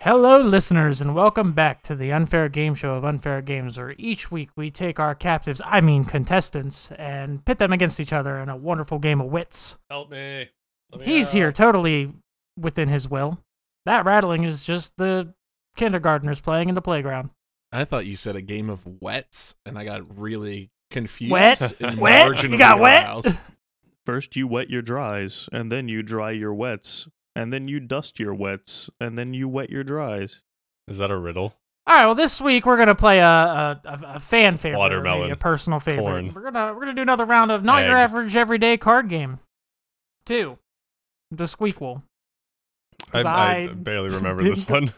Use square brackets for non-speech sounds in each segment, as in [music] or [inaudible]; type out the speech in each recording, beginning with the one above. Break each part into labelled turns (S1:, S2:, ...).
S1: Hello, listeners, and welcome back to the Unfair Game Show of Unfair Games, where each week we take our captives, I mean contestants, and pit them against each other in a wonderful game of wits.
S2: Help me. Let me uh,
S1: He's
S2: out.
S1: here totally within his will. That rattling is just the kindergartners playing in the playground.
S3: I thought you said a game of wets, and I got really confused.
S1: Wet?
S3: and
S1: Wet?
S3: marginally
S1: You got wet?
S3: aroused.
S4: First, you wet your dries, and then you dry your wets, and then you dust your wets, and then you wet your dries.
S2: Is that a riddle?
S1: All right. Well, this week we're gonna play a a, a, a fan favorite, or maybe
S2: Watermelon.
S1: a personal favorite.
S2: Corn.
S1: We're gonna we're gonna do another round of not your
S2: Egg.
S1: average everyday card game. Two, the squeakle. 'Cause
S2: I,
S1: I
S2: I barely
S1: [laughs]
S2: remember
S1: didn't
S2: this
S1: go-
S2: one.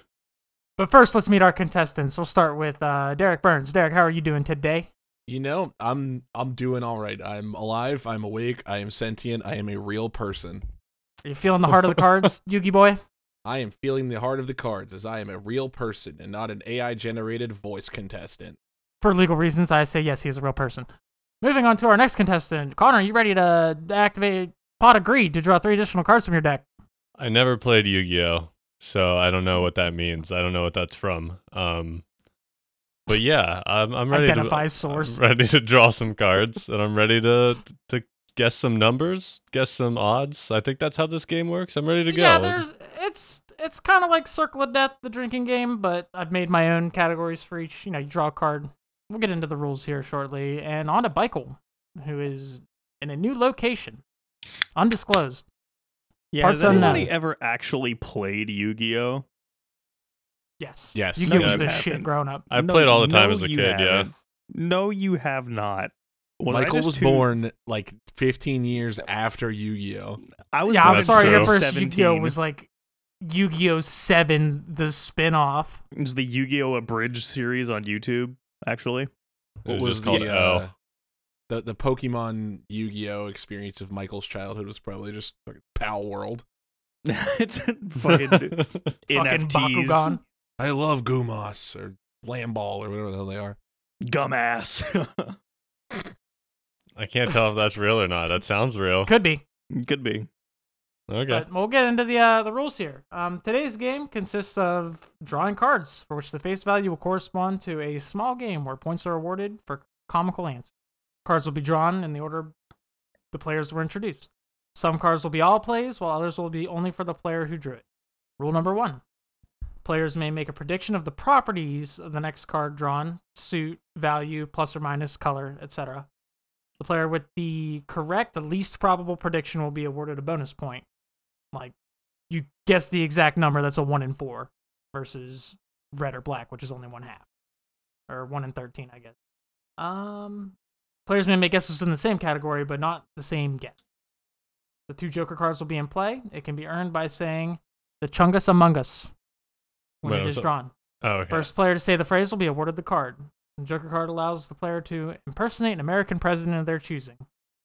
S1: But first, let's meet our contestants. We'll start with uh, Derek Burns. Derek, how are you doing today?
S3: You know, I'm I'm doing all right. I'm alive. I'm awake. I am sentient. I am a real person.
S1: Are you feeling the heart of the
S2: [laughs]
S1: cards, Yugi boy?
S3: I am feeling the heart of the cards as I am a real person and not an AI generated voice contestant.
S1: For legal reasons, I say yes. He is a real person. Moving on to our next contestant, Connor. Are you ready to activate Pot of Greed to draw three additional cards from your deck?
S2: I never played Yu Gi Oh! So I don't know what that means. I don't know what that's from. Um, but yeah, I'm, I'm ready
S1: Identify
S2: to
S1: source.
S2: I'm ready to draw some cards, and I'm ready to to guess some numbers, guess some odds. I think that's how this game works. I'm ready to go.
S1: Yeah, there's it's it's kind of like Circle of Death, the drinking game, but I've made my own categories for each. You know, you draw a card. We'll get into the rules here shortly, and on to Michael, who is in a new location, undisclosed.
S4: Yeah,
S1: Parts
S4: has
S1: unknown.
S4: anybody ever actually played Yu-Gi-Oh?
S1: Yes.
S3: Yes.
S1: You
S4: No,
S1: give us
S2: you
S1: this shit
S4: haven't.
S1: growing up.
S2: I played all the time
S4: no,
S2: as a
S4: you
S2: kid. Yeah,
S4: haven't. No, you have not. Was I
S3: Michael
S4: just
S3: was
S4: too-
S3: born like 15 years after Yu Gi Oh!
S4: I was.
S1: yeah, I'm
S2: That's
S4: born
S1: sorry. Your
S2: true.
S1: first
S4: 17.
S1: Yu-Gi-Oh was like Yu-Gi-Oh Seven, the spin-off.
S4: It was the Yu-Gi-Oh abridged series on YouTube. Actually, [laughs]
S2: It was just
S1: [laughs]
S2: called
S3: [laughs] uh, the the Pokemon Yu Gi Oh experience of Michael's childhood was probably just fucking Pal World.
S4: it's
S2: L.
S4: fucking
S1: Fucking
S4: NFTs,
S1: Bakugan.
S3: I love Gumas or Lamball or whatever the hell they are.
S4: gum ass.
S2: [laughs] I can't tell if that's real or not. That
S1: [laughs]
S2: sounds real.
S1: Could be.
S4: [laughs] Could be.
S2: Okay.
S1: But we'll get into the uh, the rules here. Um, today's game consists of drawing cards, for which the face value will correspond to a small game where points are awarded for comical answers. Cards will be drawn in the order the players were introduced. Some cards will be all plays, while others will be only for the player who drew it. Rule number one: Players may make a prediction of the properties of the next card drawn, suit, value, plus or minus color, etc. The player with the correct, the least probable prediction will be awarded a bonus point like you guess the exact number that's a one in four versus red or black which is only one half or one in 13 i guess um players may make guesses in the same category but not the same guess the two joker cards will be in play it can be earned by saying the chungus among us when
S2: Wait,
S1: it
S2: I'm
S1: is
S2: so-
S1: drawn
S2: Oh, okay.
S1: First player to say the phrase will be awarded the card. The Joker card allows the player to impersonate an American president of their choosing.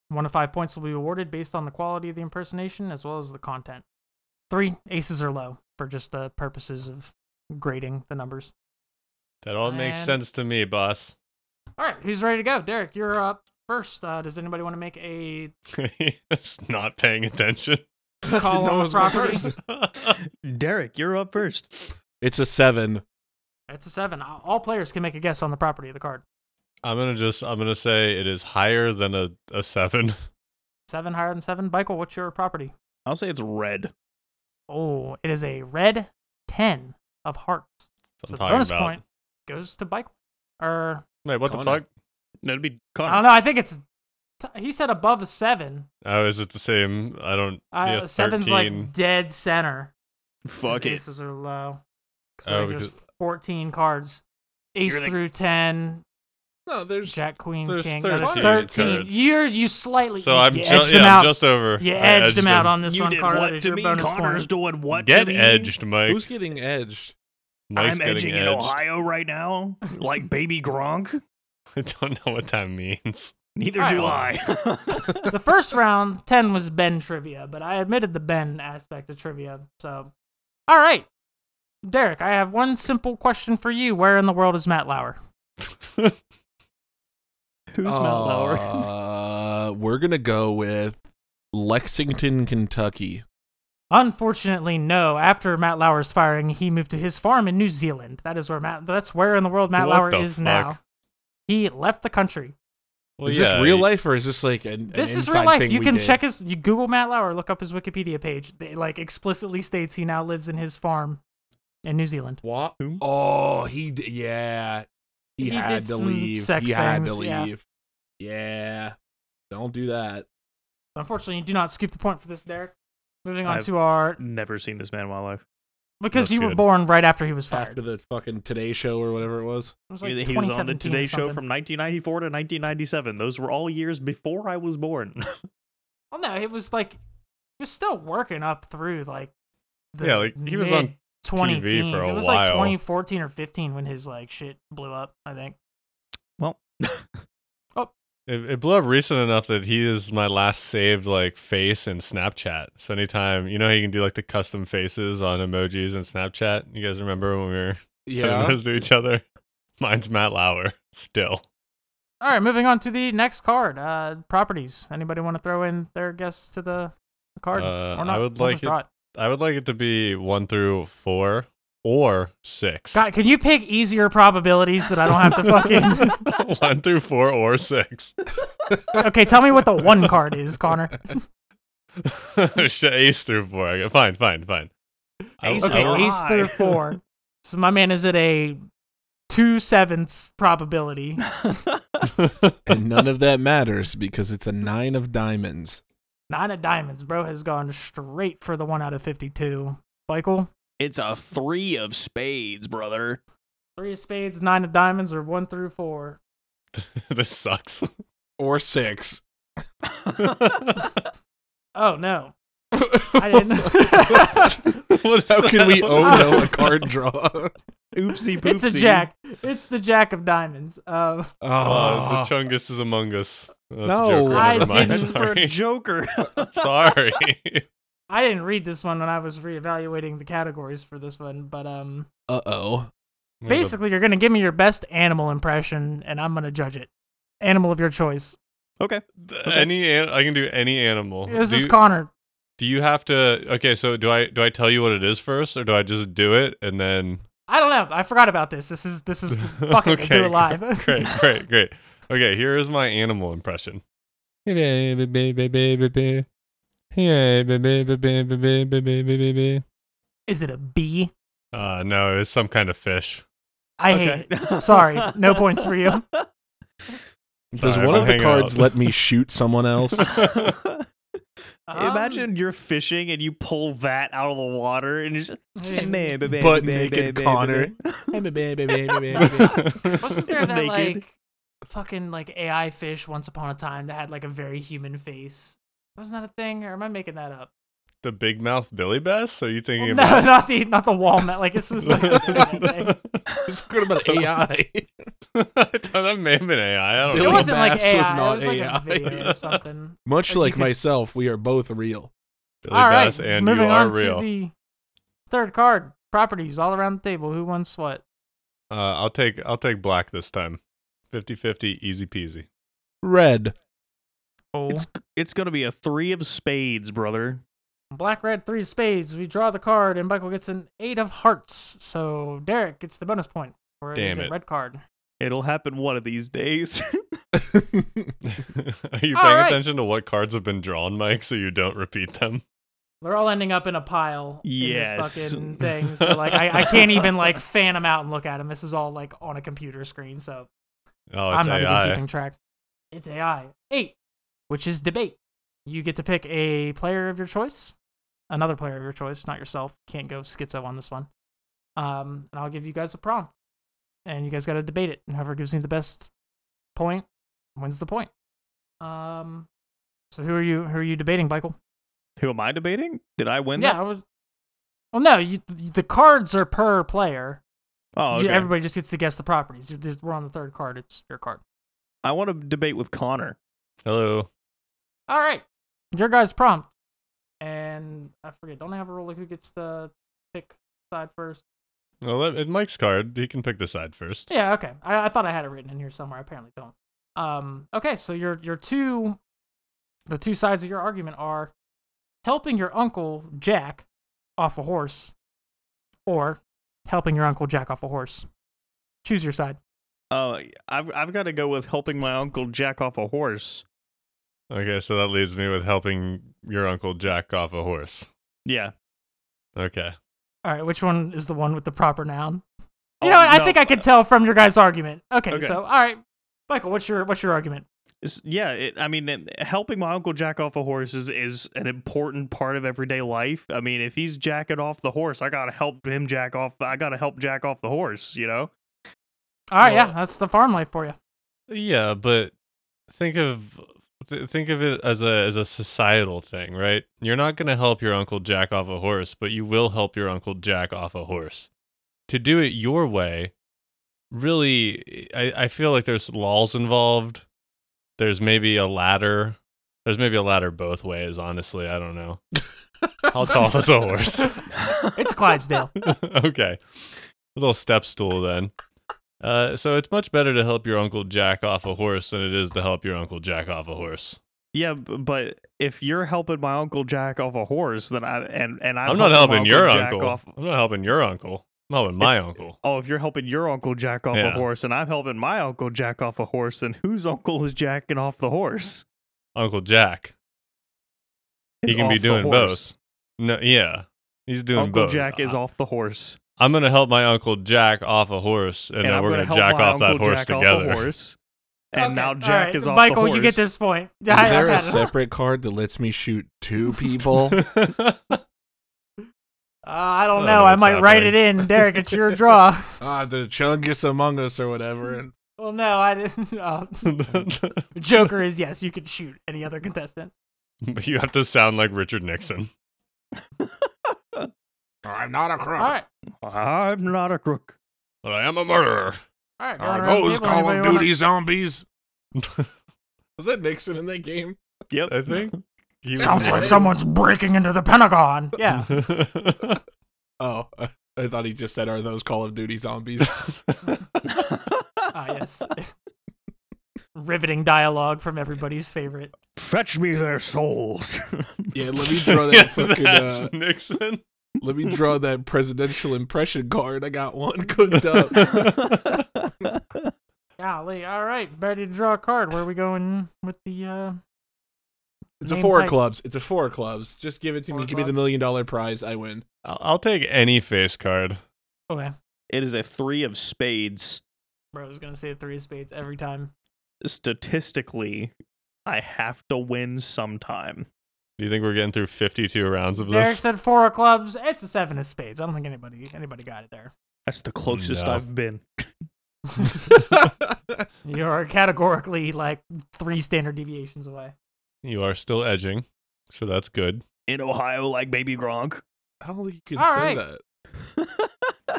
S1: One to five points will be awarded based on the quality of the impersonation as well as the content. Three aces or low for just the purposes of grading the numbers.
S2: that all makes
S1: And-
S2: sense to me, boss. [laughs]
S1: All right, who's ready to go? Derek, you're up first. Uh, does anybody want to make a
S2: That's not paying attention.
S4: [laughs]
S1: call on the property?
S3: [laughs]
S4: Derek, you're up first.
S3: It's a seven.
S1: [laughs] It's a seven. All all players can make a guess on the property of the card.
S2: I'm gonna just I'm gonna say it is higher than a, a seven. [laughs]
S1: Seven higher than seven. Michael, what's your property?
S4: I'll say it's red.
S1: Oh, it is a red ten of hearts.
S2: That's
S1: So
S2: what
S1: the
S2: I'm
S1: bonus
S2: talking about.
S1: point goes to bike. Or
S2: Wait, what the
S3: Connor.
S2: fuck?
S4: That'd be
S1: I don't
S4: Connor.
S1: know. I think it's. T- he said above a seven.
S2: Oh, is it the same? I don't.
S1: Uh,
S2: yeah,
S1: seven's
S2: 13.
S1: like dead center. 'cause
S4: Fuck it.
S1: Aces are low. So
S2: Oh,
S1: there's
S2: because-
S1: fourteen cards. Ace
S4: You're the-
S1: through ten,
S3: No, there's
S1: Jack, Queen,
S2: there's
S1: King. No, there's
S2: 13
S1: thirteen.
S2: cards.
S1: You're you slightly.
S2: So
S1: you
S2: I'm, ju-
S1: edged him
S2: yeah,
S1: out.
S2: I'm just over.
S1: you
S2: I
S1: edged, him out
S2: him.
S1: on this
S4: you
S1: one
S4: did
S1: card.
S4: what
S1: That is
S4: to
S1: your
S4: me?
S1: bonus
S4: Connor's
S1: point.
S4: doing what
S2: Get
S4: to me?
S2: edged, Mike.
S3: who's getting edged?
S2: Mike's
S4: I'm edging
S2: getting
S4: in
S2: edged.
S4: Ohio right now,
S1: [laughs]
S4: like baby Gronk.
S2: [laughs] I don't know what that means.
S4: Neither
S1: All [laughs]
S4: do
S1: right.
S4: I.
S1: the first round ten was Ben trivia, but I admitted the Ben aspect of trivia. So, all right, Derek, I have one simple question for you. Where in the world is Matt Lauer?
S4: Who's Matt Lauer?
S3: [laughs] Uh, we're gonna go with Lexington, Kentucky.
S1: Unfortunately, no. After Matt Lauer's firing, he moved to his farm in New Zealand. That is where Matt. That's where in the world Matt
S2: What
S1: Lauer
S2: the
S1: is
S2: fuck?
S1: now. He left the country.
S2: Well,
S3: is
S2: yeah,
S3: this real
S2: you-
S3: life or is this like an,
S1: This
S3: an
S1: is real
S3: inside
S1: life.
S3: thing
S1: You
S3: we
S1: can
S3: did?
S1: check his. You Google Matt Lauer, look up his Wikipedia page. It like explicitly states he now lives in his farm in New Zealand.
S3: What?
S4: Who?
S3: Oh, he d- yeah. He,
S1: He
S3: had
S1: did
S3: to
S1: some
S3: leave.
S1: sex
S3: he had to
S1: things, yeah.
S3: leave. Yeah. Don't do that.
S1: Unfortunately, you do not scoop the point for this, Derek. Moving on
S4: I've-
S1: to our
S4: Never seen this man in my life.
S1: because
S2: That's
S1: you were
S2: good.
S1: born right after he was fired.
S3: After the fucking Today Show or whatever it was.
S1: It was like
S4: he was on
S1: 2017
S4: the
S1: or
S4: Today Show
S1: something.
S4: from 1994 to 1997. Those were all years before I was born. [laughs]
S1: Well, no, it was like he was still working up through like the
S2: Yeah, like, he was on
S1: mid- 20
S2: TV for a
S1: It was like
S2: while.
S1: 2014 or 15 when his like shit blew up. I think.
S4: well,
S2: It, it blew up recent enough that he is my last saved like face in Snapchat. So anytime you know how you can do like the custom faces on emojis in Snapchat. You guys remember when we were [laughs] sending
S3: Yeah.
S2: those to each other? Mine's Matt Lauer still.
S1: All right, moving on to the next card. Uh, properties. Anybody want to throw in their guess to the the card
S2: Uh,
S1: or not?
S2: I would
S1: We'll
S2: like
S1: just
S2: it-
S1: draw it.
S2: I would like it to be one through four or six.
S1: God, can you pick easier probabilities that I don't have to
S2: [laughs]
S1: fucking? [laughs]
S2: one through four or six. [laughs]
S1: okay, tell me what the one card is, Connor.
S2: Sh- Ace through four. Okay, Fine, fine, fine. I-
S4: Ace
S2: I-
S1: Okay,
S4: through
S2: I-
S1: ace through
S4: high.
S1: four. So my man is at a two sevenths probability.
S3: and none of that matters because it's a nine of diamonds.
S1: Nine of diamonds, bro, has gone straight for the one out of 52. Michael,
S5: It's a three of spades,
S4: [laughs]
S5: brother.
S1: three of spades, nine of diamonds, or one through four.
S2: [laughs] this sucks. [laughs]
S3: Or six.
S1: Oh, no. I didn't.
S3: [laughs] How
S1: [laughs]
S3: can we oh no a
S2: [laughs]
S3: card draw? oh,
S4: oopsie poopsie.
S1: [laughs] it's a jack. It's the jack of diamonds. Uh,
S2: Uh, the Chungus is among us. That's
S3: Ah. No.
S2: Joker.
S1: I
S2: Never
S1: didn't-
S2: mind. [laughs]
S4: That's for
S2: Sorry.
S4: Joker.
S1: [laughs]
S2: Sorry. [laughs]
S1: I didn't read this one when I was reevaluating the categories for this one, but um,
S3: oh.
S1: basically, you're going to give me your best animal impression, and I'm going to judge it. Animal of your choice.
S4: okay.
S2: The- any an- I can do any animal.
S1: This
S2: do,
S1: is
S2: you,
S1: Connor.
S2: do you have to? Okay, so do I? Do I tell you what it is first, or do I just do it
S1: [laughs]
S2: and then?
S1: I don't know. I forgot about this. This is
S2: [laughs]
S1: this is [laughs] fucking
S2: okay,
S1: do it live.
S2: [laughs] great, great, great. Okay, here is my animal
S3: [laughs]
S2: impression. Uh, Hey baby, baby, baby, baby. Hey baby, baby, baby, baby, baby.
S1: [laughs] Is it a bee?
S2: Uh, no, it's some kind of fish.
S1: I hate it. Sorry, [laughs] no points for
S4: [laughs]
S1: you.
S3: Does
S2: Sorry, I'm
S3: one of the
S2: hanging
S3: cards
S2: out. [laughs]
S3: let me shoot someone [laughs] else?
S1: Um,
S4: Imagine you're fishing and you pull that out of the water and you just
S1: Um,
S4: [laughs]
S1: hey,
S3: Butt naked Connor.
S2: [laughs]
S3: [laughs]
S1: wasn't there
S4: It's
S1: that
S4: naked.
S1: like fucking like AI fish once upon a time that had like a very human face? Wasn't that a thing, or am I making that up?
S2: the big mouth Billy Bass? So you
S1: Well, [laughs]
S2: thinking
S1: no,
S2: about? [laughs]
S1: not the not the walnut. Like this was like, a thing, I think.
S3: What about AI?
S2: I thought [laughs] that may have been AI. I don't
S1: it
S3: Billy
S2: know.
S1: wasn't like
S3: Bass
S1: AI.
S3: was not
S1: it was like
S3: AI.
S1: a
S2: [laughs]
S1: video or something.
S3: Much
S1: Like, you
S3: like
S1: could-
S3: myself, we are both real.
S2: Billy
S1: all right,
S2: Bass and
S1: moving
S2: you are
S1: on
S2: real.
S1: to the third card. Properties all around the table. Who wants what?
S2: uh, I'll take I'll take black this time. 50-50, easy peasy. [laughs]
S3: Red.
S1: Oh,
S4: It's it's gonna be a three of spades, brother.
S1: black, red, three of spades. We draw the card, and Michael gets an eight of hearts. So Derek gets the bonus point for
S2: Damn
S1: his
S2: it.
S1: red card.
S4: It'll happen one of these days. [laughs]
S2: Are you paying
S1: All right.
S2: attention to what cards have been drawn, Mike, so you don't repeat them?
S1: They're all ending up in a pile.
S4: Yes.
S1: In this
S2: [laughs]
S1: fucking thing. So like, I, I can't even like fan them out and look at them. This is all like on a computer screen. So
S2: Oh,
S1: I'm
S2: it's
S1: not
S2: AI.
S1: even keeping track. It's AI. Eight, which is debate. You get to pick a player of your choice, another player of your choice, not yourself. Can't go schizo on this one. Um, and I'll give you guys a prompt, and you guys got to debate it. And whoever gives me the best point wins the point. Um, so who are you? Who are you debating, Michael?
S4: Who am I debating? Did I win?
S1: yeah,
S4: That?
S1: I was. Well, no, you, the cards are per player.
S4: Oh,
S1: You-
S4: okay.
S1: Everybody just gets to guess the properties. You're- We're on the third card. It's your card.
S4: I want to debate with Connor.
S2: Hello.
S1: All right, your guys' prompt, and I forget. Don't I have a rule like who gets to pick side first?
S2: Well, let- it, Mike's card. He can pick the side first.
S1: Yeah, okay. I, I thought I had it written in here somewhere. I apparently don't. Um. Okay, so your your two, the two sides of your argument are, helping your uncle Jack off a horse or helping your uncle Jack off a horse. Choose your side.
S4: Uh, I've I've got to go with helping my uncle jack off a horse.
S2: Okay, so that leaves me with helping your uncle jack off a horse.
S4: Yeah.
S2: Okay.
S1: All right, which one is the one with the proper noun? You
S4: Oh,
S1: know, what? I
S4: no,
S1: think I could tell from your guys' argument. Okay,
S4: Okay.
S1: so all right, Michael, what's your what's your argument?
S4: It's- yeah, it, I mean, it- helping my uncle jack off a horse is, is an important part of everyday life. I mean, if he's jacking off the horse, I gotta help him jack off. I gotta help jack off the horse. You know.
S1: All right, yeah,
S2: Well-
S1: that's the farm life for you.
S2: Yeah, but think of th- think of it as a as a societal thing, right? You're not going to help your uncle jack off a horse, but you will help your uncle jack off a horse. To do it your way, really, I, I feel like there's laws involved. There's maybe a ladder. There's maybe a ladder both ways. Honestly, I don't know.
S3: [laughs]
S1: [laughs]
S2: How tall is a horse?
S1: It's Clydesdale.
S2: [laughs] okay. A little step stool then. Uh, so it's much better to help your uncle jack off a horse than it is to help your uncle jack off a horse.
S4: Yeah, b- but if you're helping my uncle jack off a horse, then I and and I'm,
S2: I'm, not
S4: helping, my
S2: helping your
S4: jack
S2: uncle.
S4: Off,
S2: I'm not helping your uncle. I'm helping my uncle.
S4: oh, if you're helping your uncle jack off
S2: Yeah.
S4: a horse, and I'm helping my uncle jack off a horse, then whose uncle is jacking off the horse?
S2: Uncle Jack. He
S4: Is
S2: can be
S4: off the
S2: doing
S4: horse.
S2: No, yeah. He's doing
S4: Uncle
S2: both. Uh-huh.
S4: Jack is off the horse,
S2: I'm gonna help my uncle Jack off a horse, and,
S4: and,
S2: then
S4: I'm
S2: we're
S4: gonna
S2: gonna,
S4: help
S2: jack
S4: my
S2: off that
S4: uncle
S2: horse
S4: jack Off
S2: together. [laughs]
S4: the horse, [laughs] and
S1: Okay,
S4: now
S1: all
S4: Jack
S1: right,
S4: is off
S1: Michael,
S4: the horse.
S1: you get this point. [laughs]
S3: Is
S1: I- I've
S3: there a
S1: had enough.
S3: separate card that lets me shoot
S2: [laughs]
S3: two people?
S1: Uh, I don't
S4: Oh,
S2: I don't
S1: know.
S2: know
S1: I
S2: what's
S1: might write it
S2: happening.
S1: in, Derek. It's
S4: [laughs]
S1: your draw.
S3: ah, the Chungus Among Us or whatever. And
S1: well, no, I didn't. [laughs] Uh,
S2: [laughs] but
S1: Joker is yes, you can shoot any other contestant.
S2: you have to sound like Richard Nixon.
S3: I'm not a crook.
S1: All right,
S4: I'm not a crook.
S2: But I am a murderer. [laughs]
S1: all right. going
S3: Are
S1: around the
S3: those
S1: table,
S3: Call of
S1: anybody wanna-
S3: Duty zombies? Was that Nixon in that game?
S4: Yep.
S2: I think he was
S1: Sounds like
S2: Nixon.
S1: someone's breaking into the
S4: [laughs]
S1: Pentagon. Yeah.
S2: [laughs]
S3: Oh, [laughs] I thought he just said, "Are those Call of
S2: [laughs]
S3: Duty zombies?"
S1: Ah, yes. [laughs] Riveting dialogue from everybody's favorite.
S4: [laughs] Fetch me their [laughs] souls.
S3: yeah, let me
S2: [laughs]
S3: draw that fucking.
S2: that's
S3: Uh,
S2: Nixon.
S3: let me
S1: [laughs]
S3: draw that presidential impression card. I got one cooked up.
S1: Golly, all right. Ready to draw a card. Where are we going with the? uh
S3: It's a
S1: Name
S3: four
S1: tag.
S3: of clubs. It's a four of clubs. Just give it to
S1: Four
S3: me.
S1: of
S3: Give me the
S1: clubs.
S3: million dollar prize. I win.
S2: I'll, I'll take any face card.
S1: Okay,
S5: It is a three of spades.
S1: oh, bro, I was gonna say three of spades every time.
S4: Statistically, I have to win sometime.
S2: Do you think we're getting through 52 rounds of
S1: Derek
S2: this?
S1: said four of clubs. It's a seven of spades. I don't think anybody anybody got it there.
S4: That's the closest
S2: No.
S4: I've been.
S1: You are categorically like three standard deviations away.
S2: You are still edging, so that's good.
S5: In Ohio, like baby Gronk.
S3: How do you can
S1: All
S3: say
S1: right.
S3: that?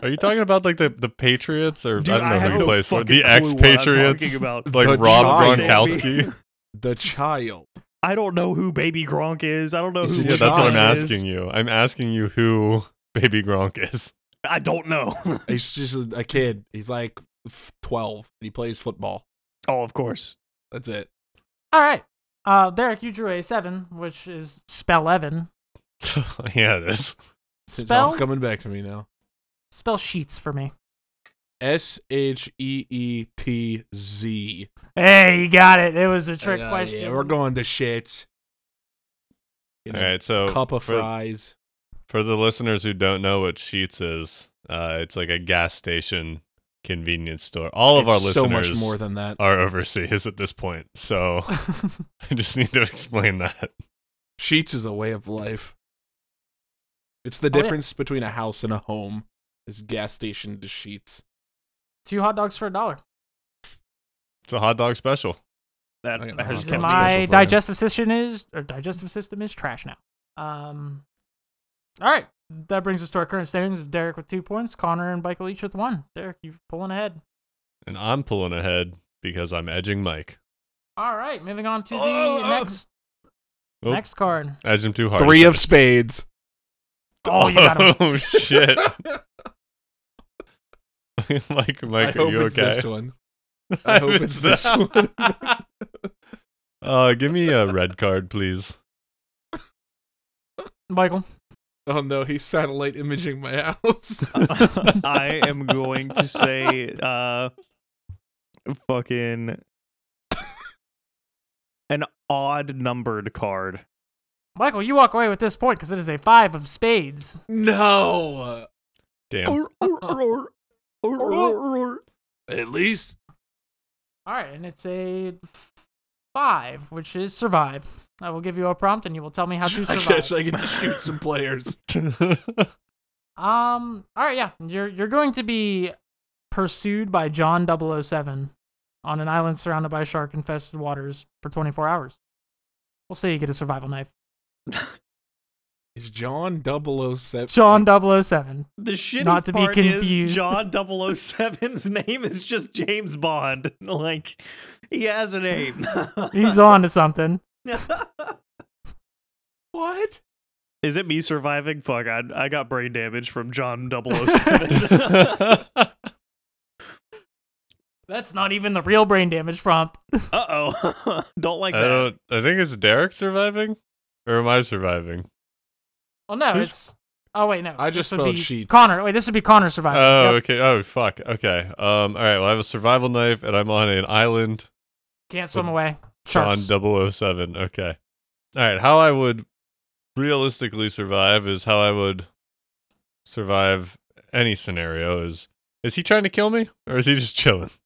S2: Are you talking about like the, the Patriots or
S4: Dude,
S2: I don't know
S4: I have
S2: who
S4: no
S2: plays for
S4: fucking
S2: the
S4: clue
S2: ex
S4: what I'm talking
S2: Patriots, [laughs]
S4: about.
S2: like
S3: The
S2: Rob
S3: Giants.
S2: Gronkowski?
S3: The child.
S4: I don't know who Baby Gronk is. I don't know
S2: [laughs]
S4: who.
S2: yeah, that's what I'm
S4: Deshaun is.
S2: asking you. I'm asking you who Baby Gronk is. [laughs]
S4: I don't know. [laughs]
S3: He's just a- a kid. He's like f- twelve, and he plays football.
S4: oh, of course.
S3: That's it.
S1: All right. Uh, Derek, you drew a seven, which is spell eleven.
S2: yeah, it is.
S3: It's all
S1: Spell
S3: coming back to me now.
S1: spell sheets for me.
S3: S H E E T Z.
S1: Hey, you got it. It was a trick
S3: Yeah,
S1: question.
S3: Yeah, we're going to shits. You know,
S2: All right, so
S3: cup of
S2: for-
S3: fries.
S2: For the listeners who don't know what Sheets is, uh, it's like a gas station convenience store. All of
S3: It's
S2: our
S3: so
S2: listeners
S3: much more than that.
S2: are overseas at this point, so [laughs] I just need to explain that.
S3: Sheets is a way of life. It's the
S1: Oh, yeah.
S3: difference between a house and a home. Is gas station to sheets.
S1: [laughs] Two hot dogs for a dollar.
S2: It's a hot dog special.
S4: That
S3: I got
S4: has
S3: nothing. Am
S4: kept me.
S3: special
S1: My
S3: for
S1: digestive system is or digestive system is trash now. Um. All right, that brings us to our current standings of Derek with two points, Connor and Michael each with one. Derek, you're pulling ahead.
S2: And I'm pulling ahead because I'm edging Mike.
S1: All right, moving on to the
S5: Oh, oh.
S1: next
S2: Oh,
S1: next card.
S2: Edge him too hard.
S3: Three of spades.
S1: Oh, you got him.
S2: [laughs] Oh, [laughs] shit. Mike,
S3: I
S2: Mike, are
S3: hope
S2: you
S3: it's
S2: okay?
S3: this one. I
S2: [laughs]
S3: hope it's this one.
S2: uh, give me a red card, please.
S1: Michael.
S3: Oh no, he's satellite imaging my
S1: [laughs]
S3: house. [laughs]
S4: [laughs] I am going to say uh fucking an odd numbered [laughs] card.
S1: Michael, you walk away with this point because it is a five of spades. [laughs]
S3: no.
S2: [laughs]
S3: [laughs]
S2: Damn.
S3: At least
S1: All right, and it's a f- five, which is survive. I will give you a prompt, and you will tell me how to
S3: I
S1: survive.
S3: guess I get
S4: [laughs]
S3: to shoot some players.
S1: Um. All right. Yeah. You're you're going to be pursued by John 007 on an island surrounded by shark-infested waters for 24 hours. We'll say you get a survival knife.
S3: Is John 007?
S1: John 007.
S4: The shitty
S1: Not to be
S4: part
S1: confused.
S4: is John 007's [laughs] name is just James Bond. [laughs] Like he has
S1: [laughs]
S4: a name. [laughs]
S1: He's on to something.
S3: What?
S4: is it me surviving? Fuck, I, I got brain damage from
S1: [laughs]
S4: John 007.
S1: That's not even the real brain damage prompt.
S4: Uh oh. [laughs] Don't like
S2: I
S4: that.
S2: don't. I think it's Derek surviving, or am I surviving?
S1: Well, no,
S2: Who's-
S1: it's. Oh wait, no.
S3: I just
S1: this would
S3: spelled
S1: be
S3: sheets.
S1: Connor. Wait, this would be Connor surviving.
S2: Oh,
S1: Yep.
S2: okay. Oh, fuck. Okay. Um. All right. Well, I have a survival knife, and I'm on an island.
S1: Can't swim away.
S2: John
S1: Sharks.
S2: 007. Okay. All right. How I would realistically survive is how I would survive any scenario. Is is he trying to kill me, or is he just chilling? [laughs]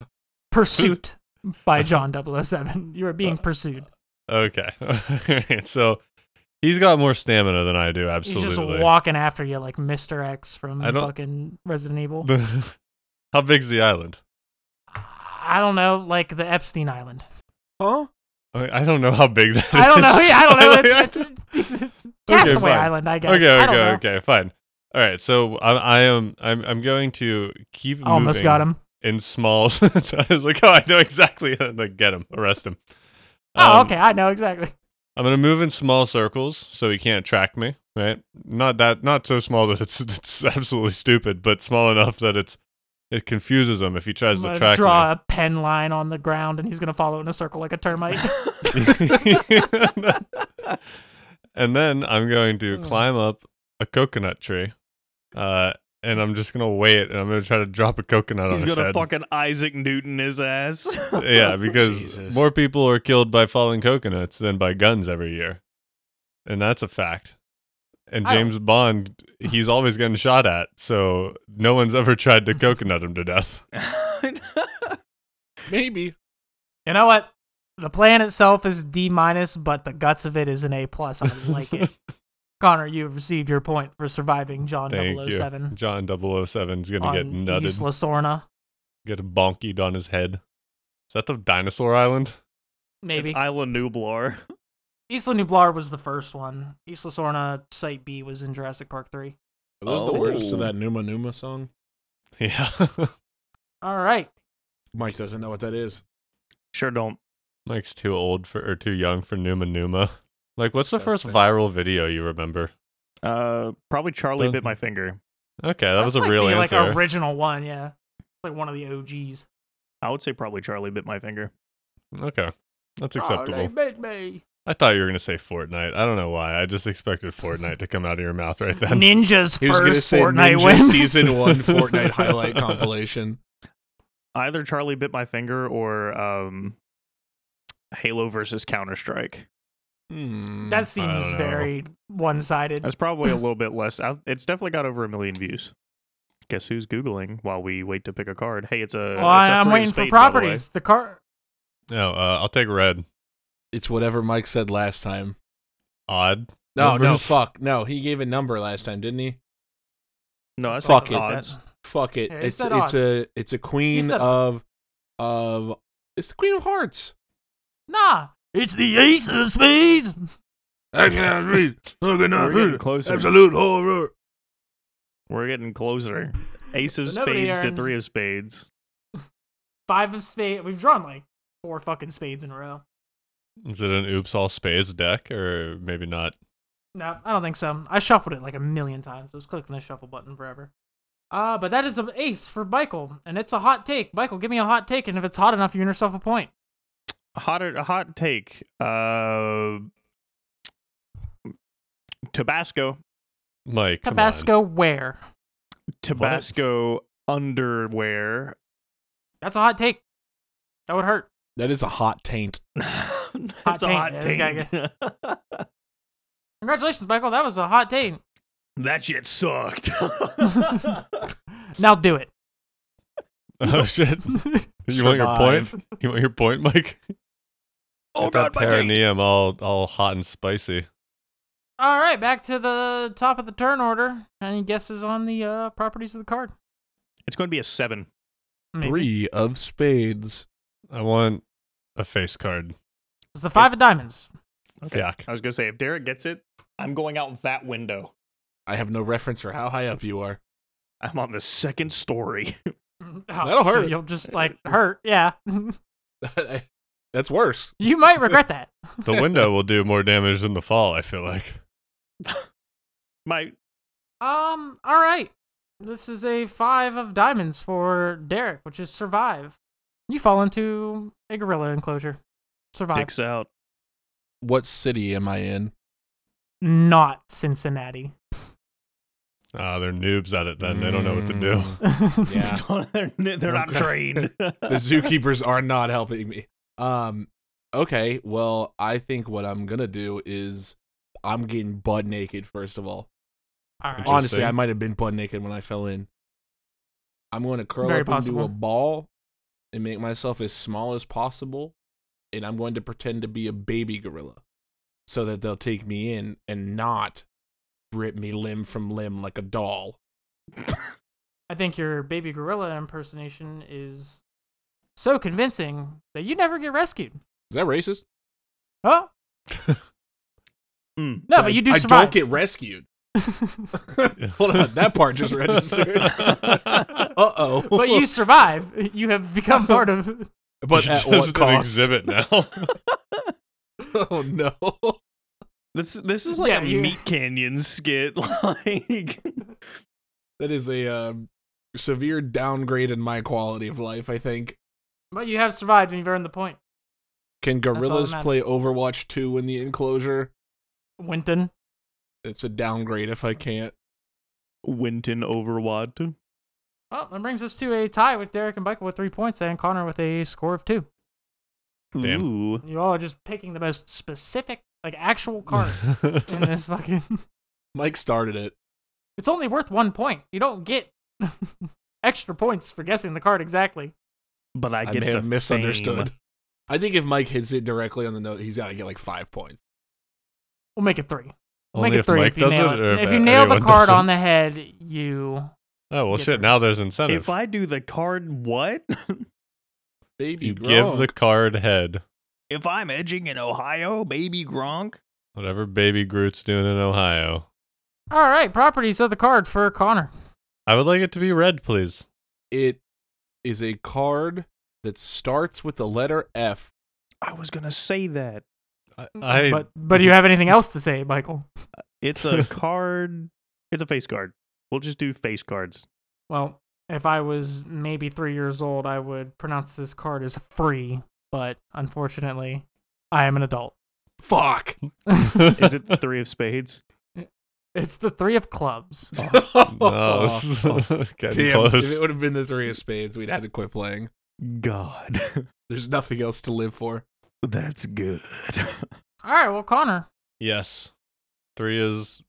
S1: Pursuit by John 007. You are being pursued.
S2: Okay. [laughs] All right. So he's got more stamina than I do. Absolutely.
S1: He's just walking after you like Mr. X from
S2: I don't-
S1: fucking Resident Evil.
S2: [laughs] How big's the island?
S1: I don't know, like the Epstein Island.
S2: [laughs]
S3: Huh?
S2: I I don't know how big that is.
S1: I don't know. Yeah, I don't
S2: [laughs]
S1: know.
S2: Like,
S1: It's, it's, it's, it's Castaway
S2: fine.
S1: Island, I guess.
S2: okay,
S1: I
S2: okay,
S1: don't know.
S2: okay, fine. All right, so I, I am I'm I'm going to keep
S1: I Almost
S2: moving
S1: got him.
S2: in small. [laughs] so I was like, oh, I know exactly. Like, get him, arrest him.
S1: Oh,
S2: Um,
S1: okay. I know exactly.
S2: I'm gonna move in small circles so he can't track me. Right? Not that, not so small that it's [laughs] it's absolutely stupid, but small enough that it's it confuses him if he tries
S1: I'm
S2: to
S1: gonna
S2: track
S1: draw a pen line on the ground, and he's gonna follow in a circle like a termite.
S2: me. [laughs] and then I'm going to climb up a coconut tree, uh, and I'm just gonna wait, and I'm gonna try to drop a coconut
S4: He's
S2: on his
S4: gonna
S2: head.
S4: fucking Isaac Newton his ass.
S2: [laughs]
S4: [laughs]
S2: yeah, because
S3: Jesus.
S2: more people are killed by falling coconuts than by guns every year. And that's a fact. And
S1: I don't-
S2: James Bond, he's always getting shot at, so no one's ever tried to coconut him to death.
S4: [laughs]
S2: [laughs]
S3: Maybe.
S1: you know what? The plan itself is D minus, but the guts of it is an A plus. I like
S2: [laughs]
S1: it. Connor, you have received your point for surviving John
S2: Thank you.
S1: 007
S2: John 007 is going to get
S1: on
S2: nutted,
S1: Isla Sorna.
S2: get bonkied on his head. Is that the dinosaur island? [laughs]
S1: Maybe
S4: It's Isla Nublar. [laughs]
S1: Isla Nublar was the first one. Isla Sorna Site B was in Jurassic Park 3.
S3: Are those the
S5: Oh.
S3: words to that Numa Numa song?
S2: Yeah. [laughs]
S1: All right.
S3: Mike doesn't know what that is.
S4: Sure don't.
S2: Mike's too old for, or too young for Numa Numa. Like, what's the first
S3: Disgusting.
S2: viral video you remember?
S4: Uh, probably Charlie bit
S2: Don't-
S4: my finger.
S2: Okay, that was a
S1: like
S2: real
S1: the,
S2: answer.
S1: Like original one, yeah. Like one of the OGs.
S4: I would say probably Charlie bit my finger.
S2: okay,
S1: Oh,
S2: that's acceptable.
S1: bit
S2: [laughs]
S1: me.
S2: I thought you were gonna say Fortnite. I don't know why. I just expected Fortnite to come out of your mouth right then.
S1: [laughs] Ninja's
S3: He was going to
S1: first
S3: say
S1: Fortnite
S3: Ninja
S1: win. [laughs]
S3: Season [laughs] 1 Fortnite highlight compilation.
S4: Either Charlie bit my finger or um, Halo versus Counter Strike.
S3: Hmm.
S1: that seems
S2: don't know.
S1: very one sided.
S4: That's probably a little bit less. I, it's definitely got over a million views. Guess who's googling while we wait to pick a card? Hey, it's a.
S1: Well,
S4: it's a
S1: I,
S4: three
S1: I'm
S4: of
S1: waiting for
S4: spades, by the way.
S1: properties. The car.
S2: No, uh, I'll take red.
S3: It's whatever Mike said last time.
S2: Odd.
S3: No,
S2: Numbers.
S3: no, fuck. No, he gave a number last time, didn't he?
S4: No, that's
S3: Fuck
S4: not the
S3: it.
S4: odds.
S3: Fuck it.
S1: Yeah, he
S3: it's
S1: said
S3: it's
S1: odds.
S3: a it's a queen
S1: said-
S3: of of it's the queen of hearts.
S1: Nah. It's the Ace of Spades.
S3: I cannot read. I cannot
S4: We're getting closer.
S3: Absolute horror.
S4: We're getting closer. Ace of
S1: But nobody
S4: spades to
S1: earns-
S4: three of spades.
S1: Five of spades. We've drawn like four fucking spades in a row.
S2: Is it an oops all spades deck or maybe not?
S1: No, I don't think so. I shuffled it like a million times. I was clicking the shuffle button forever. Uh, but that is an ace for Michael, and it's a hot take. Michael, give me a hot take, and if it's hot enough, you earn yourself a point.
S4: Hot, hot take. Uh, Tabasco.
S2: Mike. come on.
S1: Tabasco where?
S4: Tabasco underwear. [laughs]
S1: That's a hot take. That would hurt.
S3: That is a hot taint.
S4: That's a
S1: taint,
S4: hot
S1: yeah, this guy
S4: taint.
S1: Congratulations, Michael. That was a hot take.
S4: [laughs] that shit sucked. [laughs] Oh
S1: Now do it.
S2: [laughs]
S1: [laughs]
S2: Oh shit! you want your point? You want your point, Mike?
S5: oh
S2: That
S5: god, my dick.
S2: perineum all all hot and spicy.
S1: All right, back to the top of the turn order. Any guesses on the uh, properties of the card?
S4: it's going to be a seven.
S1: [laughs] Maybe.
S3: Three of spades.
S2: I want a face card.
S1: It's the five of diamonds.
S2: Okay.
S4: I was going to say, if Derek gets it, I'm going out that window.
S3: I have no reference for how high up you are. [laughs]
S4: I'm on the second story.
S1: [laughs]
S4: [laughs]
S1: Oh,
S3: That'll
S1: so
S3: hurt.
S1: You'll just [laughs] like hurt. Yeah,
S3: That's worse.
S1: you might regret that.
S2: The window will do more damage than the fall. I feel like.
S4: My
S1: Um. All right. This is a five of diamonds for Derek, which is survive. You fall into a gorilla enclosure. Survive.
S4: dick's out.
S3: What city am I in?
S1: Not Cincinnati. [laughs]
S2: Ah, they're noobs at it. Then they don't know what to do.
S3: Mm.
S1: yeah.
S3: Yeah.
S4: they're [laughs] they're not
S3: Okay.
S4: trained.
S3: [laughs] the zookeepers are not helping me. Um, okay, well, I think what I'm gonna do is I'm getting butt naked first of all.
S1: All right.
S2: On-
S3: Honestly, I might have been butt naked when I fell in. I'm going to curl
S1: Very
S3: up
S1: possible.
S3: into a ball and make myself as small as possible, and I'm going to pretend to be a baby gorilla, so that they'll take me in and not rip me limb from limb like a doll.
S1: I think your baby gorilla impersonation is so convincing that you never get rescued.
S3: Is that racist?
S1: Oh
S3: [laughs]
S4: Mm. [laughs]
S1: no,
S3: I-
S1: but you do
S3: I
S1: survive.
S3: don't get rescued. [laughs]
S2: [laughs]
S3: Mm. Hold on, that
S1: [laughs]
S3: part just registered. uh
S2: [laughs]
S3: oh.
S1: [laughs] but
S3: [laughs]
S1: you survive. You have become part of.
S2: [laughs]
S3: But
S2: It's
S3: at what
S2: just
S3: cost?
S2: An exhibit now.
S3: [laughs] Oh no. [laughs]
S4: This this is like
S1: Yeah,
S4: a
S1: you-
S4: meat canyon skit. [laughs] Like
S3: that is a um severe downgrade in my quality of life. I think.
S1: But you have survived, and you've earned the point.
S3: Can
S1: all
S3: gorillas
S1: that matters.
S3: play Overwatch 2 in the enclosure?
S1: Winton.
S3: It's a downgrade if I can't.
S4: Winton Overwad.
S1: Well, that brings us to a tie with Derek and Michael with three points, and Connor with a score of two.
S2: Damn.
S4: Ooh.
S1: You all are just picking the most specific, like actual
S2: [laughs]
S1: card in this fucking. [laughs]
S3: Mike started it.
S1: It's only worth one point. You don't get [laughs] extra points for guessing the card exactly.
S4: But I
S3: I,
S4: get
S3: may
S4: the
S3: have misunderstood.
S4: fame.
S3: [laughs] I think if Mike hits it directly on the note, he's got to get like five points.
S1: We'll make it three. We'll
S2: Only
S1: make it
S2: if
S1: three
S2: Mike
S1: if you
S2: does
S1: nail
S2: it, or if
S1: If you nail the
S2: anyone
S1: card
S2: does it.
S1: on the head, you.
S2: Oh well,
S1: Get
S2: shit.
S1: the-
S2: Now there's incentive.
S4: If I do the card, what? [laughs]
S3: Baby,
S2: you give the
S3: Gronk.
S2: card head,
S5: If I'm edging in Ohio, baby Gronk.
S2: whatever baby Groot's doing in Ohio.
S1: All right, properties of the card for Connor.
S2: I would like it to be red, please.
S3: it is a card that starts with the letter F.
S4: I was gonna say that.
S2: I,
S3: Mm,
S2: I
S1: but but do you have anything else to say, Michael?
S3: [laughs]
S4: It's a card. It's a face card. We'll just do face cards.
S1: Well, if I was maybe three years old, I would pronounce this card as free, but unfortunately, I am an adult.
S3: Fuck. [laughs]
S4: Is it the three of spades?
S1: It's the three of clubs.
S2: [laughs]
S3: [laughs]
S2: no, this [laughs] is getting
S3: Damn,
S2: close.
S3: if it would have been the three of spades, we'd had to quit playing.
S4: God, [laughs]
S3: There's nothing else to live for.
S4: that's good.
S1: All right, well, Connor,
S2: yes, three is.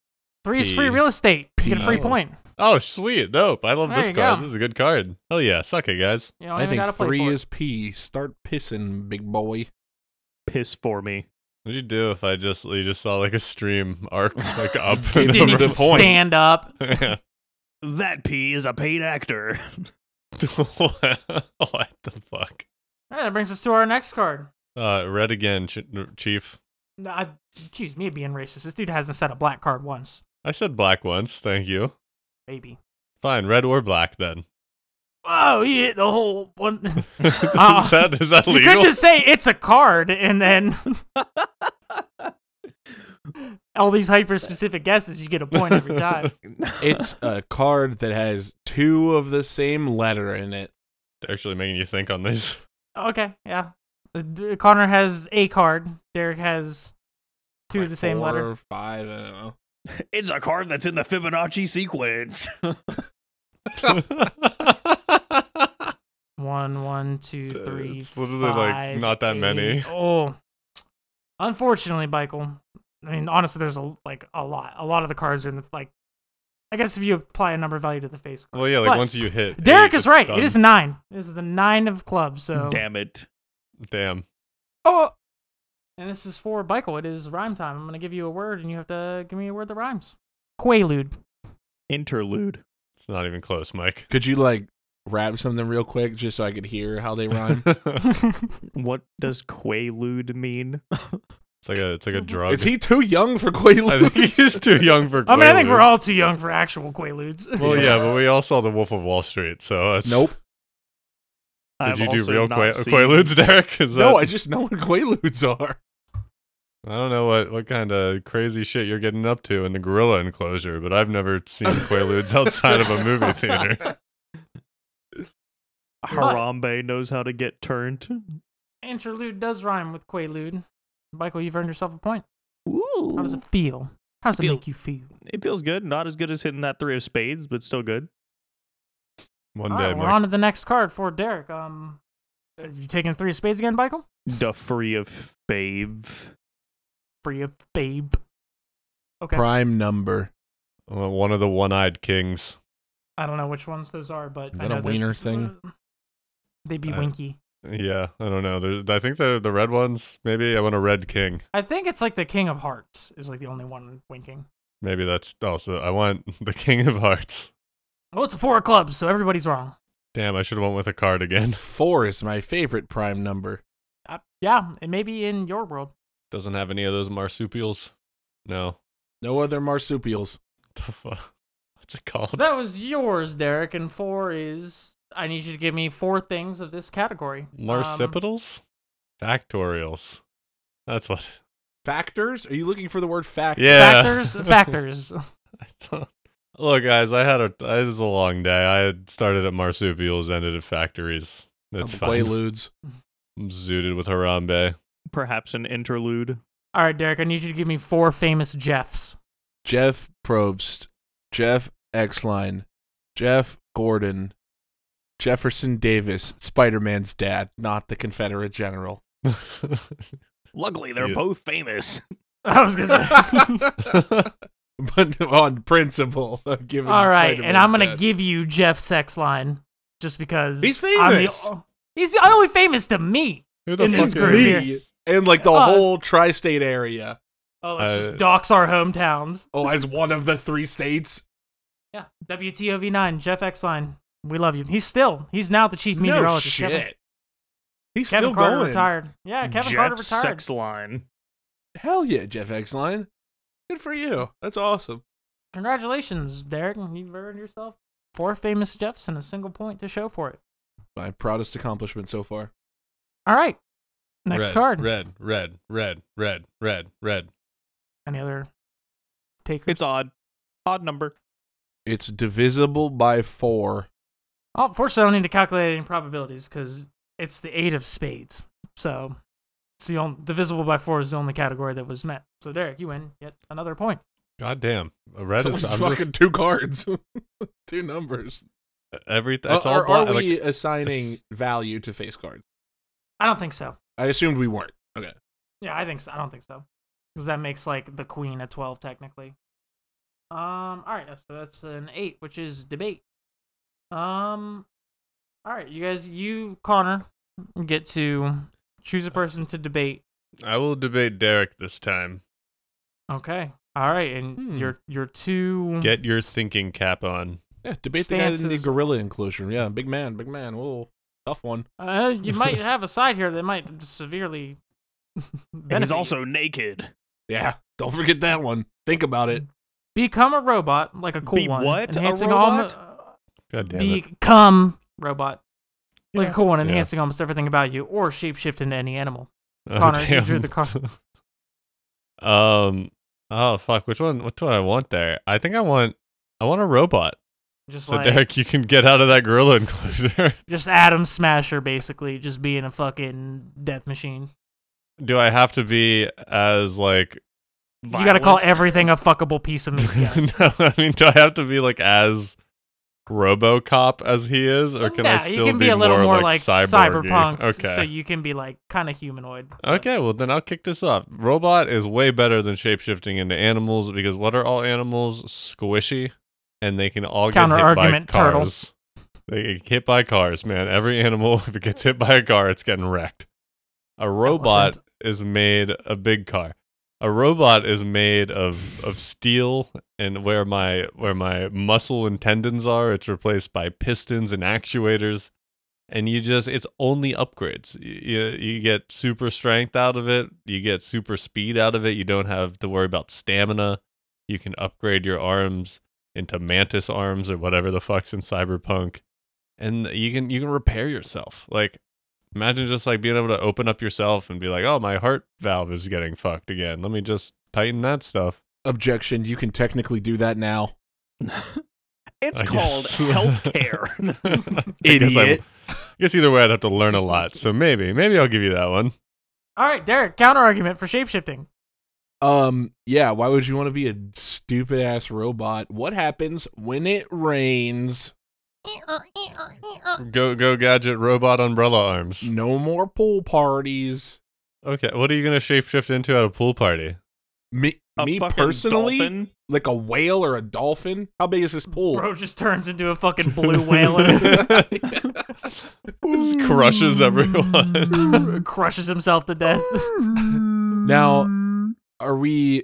S1: three is free
S2: P.
S1: real estate. You get a free
S3: P.
S1: point.
S2: Oh, sweet, dope! I love
S1: There
S2: this
S1: you
S2: card.
S1: go.
S2: This is a good card. Hell yeah, suck it, guys.
S1: Oh, You don't
S3: I
S1: even
S3: think
S1: gotta play
S3: three
S1: for it.
S3: is P. Start pissing, big boy.
S4: Piss for me.
S2: What'd you do if I just you just saw like a stream arc
S1: [laughs]
S2: like up [laughs]
S1: You [laughs]
S2: and
S1: didn't
S2: over
S1: even
S2: the point?
S1: stand up.
S2: Yeah.
S4: That P is a paid actor.
S2: [laughs]
S4: [laughs]
S2: what the fuck?
S1: All right, that brings us to our next card.
S2: Uh, red again, Ch- Chief.
S1: No, I, excuse me being racist. This dude hasn't said a black card once.
S2: I said black once. Thank you.
S1: Baby.
S2: Fine, red or
S1: [laughs]
S2: black then. [laughs]
S1: Oh, he hit the whole one. [laughs]
S2: is that is that
S1: Ah. You
S2: legal?
S1: could just say it's a card and
S2: [laughs]
S1: then all these hyper specific guesses, you get a point every
S2: [laughs]
S1: time.
S3: [laughs] It's a card that has two of the same letter in it.
S2: They're actually making you think
S1: [laughs]
S2: on these.
S1: Okay, yeah. Uh, D- Connor has a card. Derek has two of
S3: Like
S1: the same
S3: four
S1: letter.
S3: or five, I don't know.
S4: It's a card that's in the Fibonacci sequence.
S1: One, one, two,
S2: Uh,
S1: three.
S2: it's literally, like,
S1: five,
S2: not that many.
S1: eight. Oh, unfortunately, Michael. I mean, honestly, there's a like a lot. A lot of the cards are in the like. I guess if you apply a number value to the face. card.
S2: [laughs] well, yeah, like
S1: But
S2: once you hit.
S1: Derek
S2: eight,
S1: is
S2: it's
S1: right.
S2: done.
S1: It is nine. This is the nine of clubs. So,
S4: Damn it.
S2: Damn.
S3: Oh,
S1: and this is for Michael. It is rhyme time. I'm gonna give you a word, and you have to give me a word that rhymes. Quaalude. [laughs]
S4: Interlude.
S2: It's not even close, Mike. [laughs]
S3: could you like rap something real quick just so I could hear how they rhyme? [laughs]
S2: it's
S4: What does quaalude mean?
S2: like
S1: [laughs]
S2: a it's like a drug.
S3: Is he too young for Quaaludes?
S2: I think he's too young for.
S1: I mean, I think we're
S2: Quaaludes.
S1: all too young for actual Quaaludes.
S2: Well, yeah, but we all saw The Wolf of Wall Street, so it's,
S3: Nope.
S2: Did
S4: I've
S2: you do
S4: also
S2: real
S4: not
S2: qua-
S4: seen-
S2: Quaaludes, Derek? Is
S3: No,
S2: that-
S3: I just know what Quaaludes are.
S2: I don't know what, what kind of crazy shit you're getting up to in the gorilla enclosure, but I've never seen Quaaludes [laughs] outside of a
S3: [laughs]
S2: movie theater.
S4: [laughs] Harambe knows how to get turned.
S1: [laughs] Interlude does rhyme with Quaalude. Michael, you've earned yourself a point.
S4: Ooh.
S1: How does it feel? How does it
S4: Feel-
S1: make you feel?
S4: It feels good. Not as good as hitting that three of spades, but still good.
S2: One
S1: All
S2: day,
S1: right, we're
S2: Mike.
S1: on to the next card for Derek. Um, are you taking three of spades again, Michael?
S4: The free of babe.
S1: Free of babe. Okay.
S3: Prime number.
S2: Well, uh, one of the one-eyed kings.
S1: I don't know which ones those are, but
S3: Is
S1: I
S3: that a
S1: know they're-
S3: wiener thing?
S1: They'd be
S2: Uh,
S1: winky.
S2: Yeah, I don't know. There's, I think the the red ones. Maybe I want a red king.
S1: I think it's like the King of Hearts is like the only one winking.
S2: Maybe that's also. I want [laughs] the king of hearts.
S1: Oh, it's a four of clubs, so everybody's wrong.
S2: Damn, I should have went with a card again.
S3: Four is my favorite prime number.
S1: Uh, yeah, it may be in your world.
S2: Doesn't have any of those marsupials. No.
S3: No other marsupials.
S2: The fuck? What's it called?
S1: So that was yours, Derek, and four is. I need you to give me four things of this category. Um,
S2: Marsipitals? Factorials. That's what. [laughs]
S3: Factors? Are you looking for the word factor?
S2: Yeah.
S1: Factors. Factors.
S2: I don't- Look, guys, I had a. This is a long day. I had started at marsupials, ended at factories. That's fine.
S3: Quaaludes.
S2: I'm zooted with Harambe.
S4: Perhaps an interlude.
S1: All right, Derek, I need you to give me four famous [laughs] Jeffs.
S3: Jeff Probst. Jeff Exline. Jeff Gordon. Jefferson Davis, Spider Man's dad, not the Confederate general. [laughs]
S5: Luckily, they're
S2: Yeah.
S5: both famous.
S1: I was
S3: [laughs]
S1: gonna say.
S3: but on principle, [laughs] given
S1: All right, and
S3: Spider-Man's
S1: I'm gonna
S3: dad.
S1: give you Jeff Sexline just because
S3: He's
S1: I'm the-
S3: famous.
S1: he's the only famous to me.
S2: Who the
S1: In this
S2: fuck
S1: group
S2: are you?
S1: here. Oh,
S3: me and like the
S1: Us.
S3: whole tri-state area.
S1: Oh, let's just
S2: Uh,
S1: dox our hometowns.
S3: Oh, as one of the three states.
S1: Yeah, WTOV9, Jeff Exline. We love you. He's still, he's now the chief meteorologist. Kevin,
S3: He's
S1: Kevin
S3: still
S1: Carter
S3: going.
S1: retired. Yeah, Kevin
S4: Jeff
S1: Carter retired.
S4: Sex line.
S3: Hell yeah, Jeff Exline. Good for you. That's awesome.
S1: Congratulations, Derek. You've earned yourself four famous Jeffs and a single point to show for it.
S3: My proudest accomplishment so far.
S1: All right, [laughs] next
S2: red,
S1: card.
S2: Red, red, red, red, red, red.
S1: Any other takers?
S4: It's odd. Odd number.
S3: It's divisible by four.
S1: Oh, unfortunately, I don't need to calculate any probabilities because it's the eight of spades. So it's the only divisible by four is the only category that was met. So Derek, you win yet another point.
S2: God damn. A red
S3: It's [laughs]
S2: is.
S3: only
S2: I'm
S3: fucking
S2: just,
S3: two cards, [laughs] two numbers.
S2: everything.
S3: Uh,
S2: It's all
S3: are,
S2: black.
S3: are
S2: like-
S3: we assigning
S2: it's-
S3: value to face cards?
S1: I don't think so.
S3: I assumed we weren't. Okay.
S1: Yeah, I think so. I don't think so because that makes like the queen a twelve technically. Um. All right. So that's an eight, which is debate. Um. All right, you guys. You Connor get to choose a person to debate.
S2: I will debate Derek this time.
S1: Okay. All right, and
S3: Hmm.
S1: your your two.
S2: Get your thinking cap on.
S3: Yeah, debate the guy in the
S1: Stances.
S3: gorilla enclosure. Yeah, big man, big man. Whoa, tough one.
S1: Uh, you might have a side here that might severely.
S5: And
S1: benefit
S5: he's
S1: you.
S5: also naked.
S3: Yeah, [laughs] don't forget that one. Think about it.
S1: become a robot, like a cool
S4: Be
S1: one.
S4: what? A
S1: Enhancing
S2: God
S1: All,
S2: damn it.
S1: become robot, like a cool one,
S2: Yeah.
S1: enhancing almost everything about you, or shapeshift into any animal.
S2: Oh,
S1: Connor, you
S2: damn.
S1: drew the car-
S2: [laughs] um. Oh fuck. Which one? Which one I want there? I think I want. I want a robot.
S1: Just
S2: So
S1: like
S2: Derek, you can get out of that
S1: [laughs]
S2: gorilla enclosure. [laughs]
S1: just Adam Smasher, basically, just being a fucking death machine.
S2: Do I have to be as like
S1: You gotta call
S4: violent.
S1: everything a fuckable piece of
S2: [laughs]
S1: meat. Oh, Yes.
S2: no, I mean, do I have to be like as RoboCop as he is, or can I
S1: Nah,
S2: still
S1: you can be, a little
S2: more,
S1: more
S2: like,
S1: like,
S2: cyborgy?
S1: cyberpunk?
S2: Okay.
S1: So you can be like kind of humanoid.
S2: Okay, well then I'll kick this off. Robot is way better than shapeshifting into animals because what are all animals? Squishy, and they can all get hit by
S1: Counter-argument,
S2: cars.
S1: turtles.
S2: They get hit by cars, man. Every animal, [laughs] if it gets hit by a car, it's getting wrecked. A robot is made a big car. A robot is made of of steel, and where my where my muscle and tendons are, it's replaced by pistons and actuators and you just it's only upgrades you, you get super strength out of it you get super speed out of it you don't have to worry about stamina you can upgrade your arms into mantis arms or whatever the fuck's in cyberpunk and you can you can repair yourself like imagine just like being able to open up yourself and be like oh my heart valve is getting fucked again let me just tighten that stuff [laughs]
S3: Objection, you can technically do that now.
S5: It's
S2: I
S5: called
S2: guess. [laughs]
S5: healthcare.
S2: I guess I-
S3: Idiot.
S2: I guess either way i'd have to learn a lot so maybe maybe i'll give you that one
S1: All right, Derek. Counter argument for shapeshifting.
S3: Um, yeah, why would you want to be a stupid ass robot? What happens when it rains?
S2: go go gadget robot umbrella arms
S3: No more pool parties.
S2: Okay, what are you gonna shapeshift into at a pool party? [laughs]
S3: Me,
S4: A
S3: me
S4: fucking
S3: personally,
S4: dolphin?
S3: like a whale or a dolphin. How big is this pool?
S1: [laughs]
S3: [laughs]
S1: Bro just turns into a fucking blue whale and
S2: Just crushes
S1: [laughs]
S2: everyone. [laughs]
S1: crushes himself to death.
S3: Now, are we?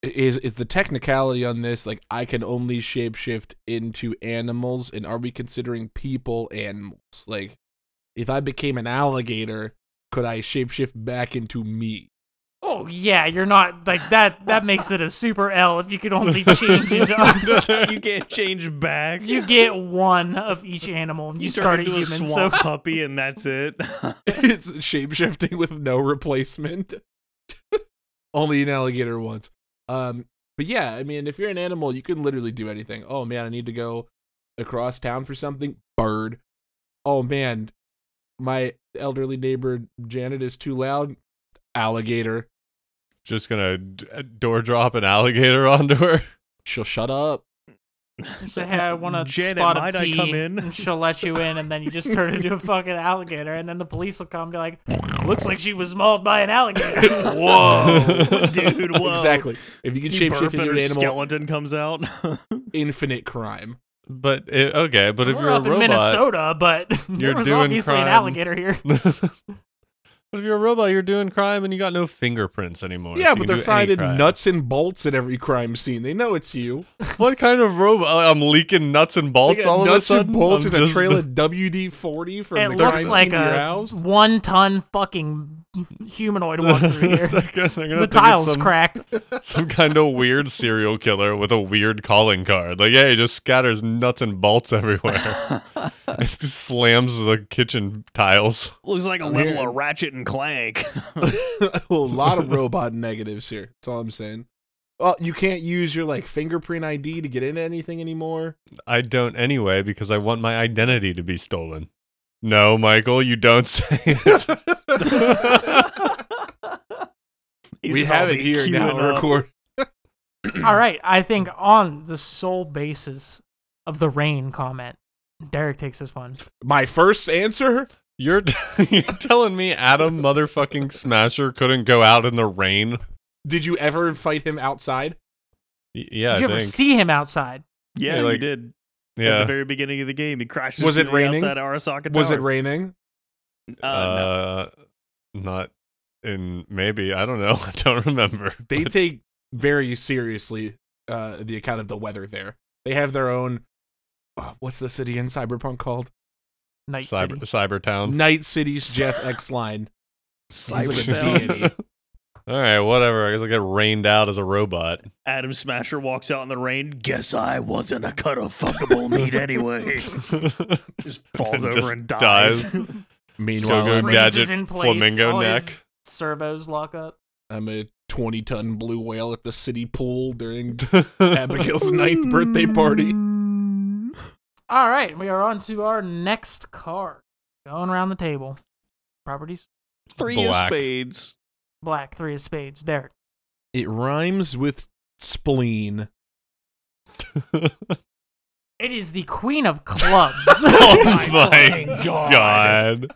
S3: Is is the technicality on this like I can only shapeshift into animals, and are we considering people animals? Like, if I became an alligator, could I shapeshift back into me?
S1: Oh yeah, you're not like that. That makes it a super L if you could
S2: [laughs]
S1: only change into.
S4: you can't change back.
S1: you get one of each animal. and You,
S4: turn
S1: start a
S4: into
S1: human. So
S4: swamp puppy, and
S1: [laughs]
S4: that's it.
S3: [laughs] it's shapeshifting with no replacement. [laughs] Only an alligator once. Um, but yeah, I mean, if you're an animal, you can literally do anything. Oh man, I need to go across town for something. Bird. Oh man, my elderly neighbor Janet is too loud. Alligator.
S2: Just gonna d- uh, door drop an alligator [laughs] onto her.
S3: She'll shut up. [laughs]
S1: say, hey, I want a
S4: Janet,
S1: spot of
S4: might I
S1: tea,
S4: come in?
S1: and she'll let you in, and then you just turn into a fucking alligator, and then the police will come. Be like, looks like she was mauled by an alligator.
S4: [laughs] whoa, dude! Whoa.
S3: Exactly. If you can
S4: You
S3: shapeshift
S4: burp
S3: into
S4: and
S3: an
S4: her
S3: animal,
S4: skeleton comes out. [laughs]
S3: infinite crime.
S2: But it, okay, but if
S1: We're
S2: you're a
S1: up in
S2: robot,
S1: Minnesota, but [laughs]
S2: you're
S1: there was
S2: doing
S1: obviously an
S2: crime.
S1: alligator here.
S2: but if you're a robot, you're doing crime and you got no fingerprints anymore. so
S3: Yeah,
S2: you
S3: but
S2: can
S3: they're
S2: do any
S3: finding
S2: crime.
S3: nuts and bolts at every crime scene. They know it's you.
S2: [laughs] What kind of robot? I'm leaking nuts and bolts
S3: They got
S2: all
S3: nuts
S2: of a
S3: and
S2: sudden.
S3: bolts
S2: I'm
S3: is a
S2: just- [laughs]
S3: trail of WD forty from
S1: It
S3: the
S1: looks
S3: crime
S1: like
S3: scene to your
S1: a [laughs]
S3: house. [laughs]
S1: one-ton fucking humanoid walk through
S2: [laughs]
S1: here.
S2: They're gonna- they're gonna
S1: the
S2: have to get
S1: tiles
S2: some-
S1: cracked.
S2: some kind of weird serial killer with a weird calling card. Like, yeah, he just scatters nuts and bolts
S3: [laughs]
S2: everywhere. [laughs] It just slams the kitchen tiles.
S4: Looks like a
S3: I'm
S4: level
S3: here.
S4: of Ratchet and Clank. [laughs]
S3: well, a lot of robot negatives here. That's all I'm saying. Well, you can't use your like fingerprint ID to get into anything anymore.
S2: I don't anyway because I want my identity to be stolen. No, Michael, you don't say it.
S3: [laughs]
S2: [laughs]
S4: He
S3: we
S4: saw
S3: have it
S4: me
S3: here now.
S4: queuing up.
S3: Record.
S1: All right, I think on the sole basis of the rain comment, Derek takes this one.
S3: My first answer.
S2: you're, [laughs] you're telling me Adam motherfucking Smasher couldn't go out in the rain?
S3: Did you ever fight him outside?
S2: Y- Yeah,
S1: Did you
S2: I
S1: ever
S2: think.
S1: see him outside?
S4: Yeah,
S2: Yeah, like-
S4: you did. At the
S2: yeah.
S4: very beginning of the game, he crashed.
S3: Was it raining?
S4: outside Arasaka
S3: Was it
S4: Tower.
S3: raining?
S4: Uh, no.
S2: Uh, Not in maybe. I don't know. [laughs] I don't remember.
S3: They take very seriously uh, the account of the weather there. They have their own. uh, what's the city in Cyberpunk called?
S1: Night
S2: Cyber,
S1: City.
S2: Cybertown.
S3: Night City's Jeff X
S2: [laughs]
S3: line. He's like a
S4: Cybertown.
S3: deity.
S2: All right, whatever. I guess I get rained out as a robot.
S4: Adam Smasher walks out in the rain. Guess I wasn't a cut of fuckable
S2: [laughs]
S3: [laughs]
S4: meat anyway. Just falls
S2: And
S4: over
S2: just
S4: and dies. [laughs]
S2: dies.
S3: Meanwhile,
S2: Go-Go
S1: Freezes
S2: Gadget,
S1: in place,
S2: flamingo
S1: all his-
S2: neck.
S1: Servos lock up.
S3: I'm a 20 ton blue whale at the city
S2: [laughs]
S3: pool during Abigail's ninth birthday party.
S1: Mm. All right, we are on to our next card. Going around the table. Properties.
S4: Three of
S1: [laughs]
S2: Black.
S4: spades. [laughs]
S1: Black, three of spades. Derek.
S3: It rhymes with spleen.
S1: It is the queen of clubs.
S2: [laughs]
S1: [laughs]
S2: oh my god.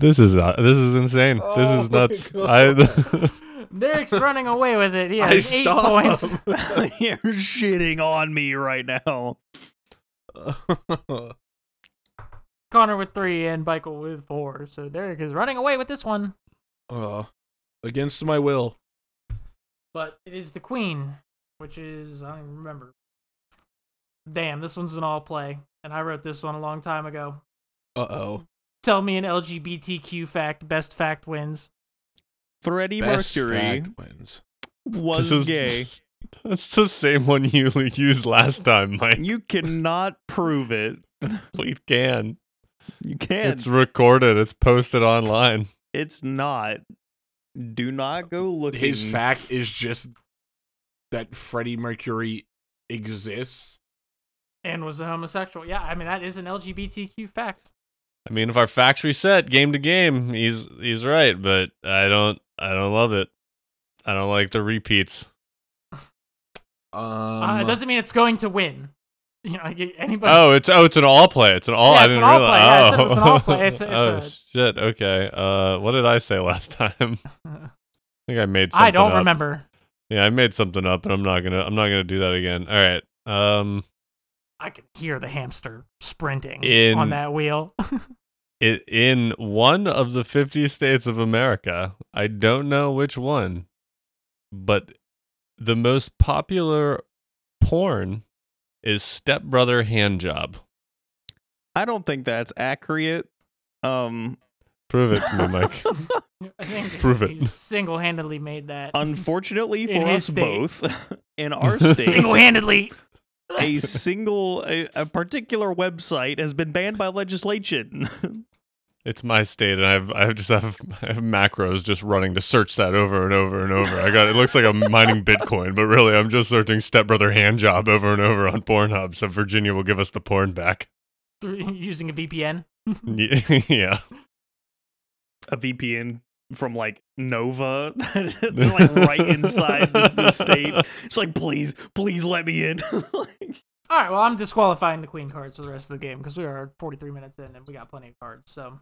S2: This is uh, this is insane. this
S3: Oh
S2: is
S3: my
S2: nuts.
S3: God.
S2: I [laughs]
S1: Nick's running away with it. He
S3: I
S1: has eight
S3: stop.
S1: points.
S4: You're shitting on me right now.
S1: Connor with three and Michael with four. So Derek is running away with this one.
S3: [laughs] Uh, against my will.
S1: But it is the queen, which is, I don't even remember. Damn, this one's an all play. And I wrote this one a long time ago.
S3: Uh oh.
S1: Tell me an LGBTQ fact. Best fact wins.
S4: Freddie Mercury
S3: wins.
S4: was
S2: this is
S4: gay.
S2: [laughs] That's the same one you used last time, Mike.
S4: You cannot prove it.
S2: We can.
S4: You can't.
S2: It's recorded. It's posted online.
S4: It's not. Do not go looking.
S3: His fact is just that Freddie Mercury exists.
S1: And was a homosexual. Yeah, I mean, that is an LGBTQ fact.
S2: I mean, if our facts reset game to game, he's he's right. But I don't I don't love it. I don't like the repeats.
S3: Um,
S1: uh, it doesn't mean it's going to win. [laughs] You know, I get- anybody. [laughs]
S2: Oh, it's oh, it's an all play. It's an all.
S1: Yeah,
S2: I
S1: it's an
S2: didn't
S1: all play.
S2: realize.
S1: Yeah, I said
S2: Oh.
S1: it was an all play. It's a- it's a-
S2: [laughs] oh shit. Okay. Uh, what did I say last [laughs] time? I think I made. Something
S1: I don't
S2: up.
S1: remember.
S2: Yeah, I made something up, and I'm not gonna. I'm not gonna do that again. All right. Um,
S1: I can hear the hamster sprinting
S2: In-
S1: on that wheel. [laughs]
S2: it, in one of the 50 states of America, I don't know which one, but the most popular porn is stepbrother handjob.
S4: I don't think that's accurate. Um,
S2: Prove it
S1: [laughs]
S2: to me, Mike.
S1: I think
S2: Prove it.
S1: He single-handedly made that.
S4: unfortunately
S1: In
S4: for
S1: his
S4: us
S1: state.
S4: both, [laughs]
S2: [laughs]
S4: in our state,
S1: single-handedly.
S4: a single, a, a particular website has been banned by legislation.
S2: It's my state, and I've I just have, [laughs] I have macros just running to search that over and over and over. I got it looks like
S1: [laughs]
S2: I'm mining Bitcoin, but really I'm just searching stepbrother handjob over and over on Pornhub. So Virginia will give us the porn back. [laughs]
S1: Through- [laughs] using a VPN.
S2: Y- [laughs] yeah.
S4: a VPN from like Nova, [laughs] They're, like right inside the, the [laughs] state. It's like, please, please let me in. [laughs] Like,
S1: All right. Well, I'm disqualifying the queen cards for the rest of the game because we are 43 minutes in and we got plenty of cards. So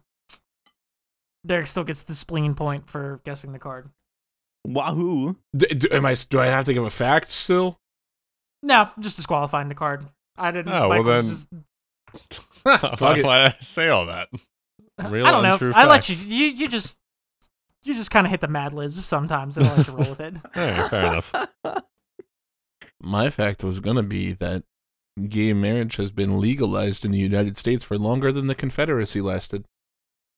S1: Derek still gets the spleen point for guessing the card.
S4: Wahoo!
S3: D- d- am I? Do I have to give a fact still?
S1: No, just disqualifying the card. I didn't.
S2: Oh, well
S1: Michael's
S2: then-
S1: just-
S2: why
S3: it.
S2: do I say all that? Real
S1: I don't know.
S2: untrue
S1: I let you.
S2: facts.
S1: You you just you just kind of hit the mad libs sometimes and I let you roll
S2: [laughs]
S1: with it.
S2: All right, fair enough.
S3: My fact was gonna be that gay marriage has been legalized in the United States for longer than the Confederacy lasted.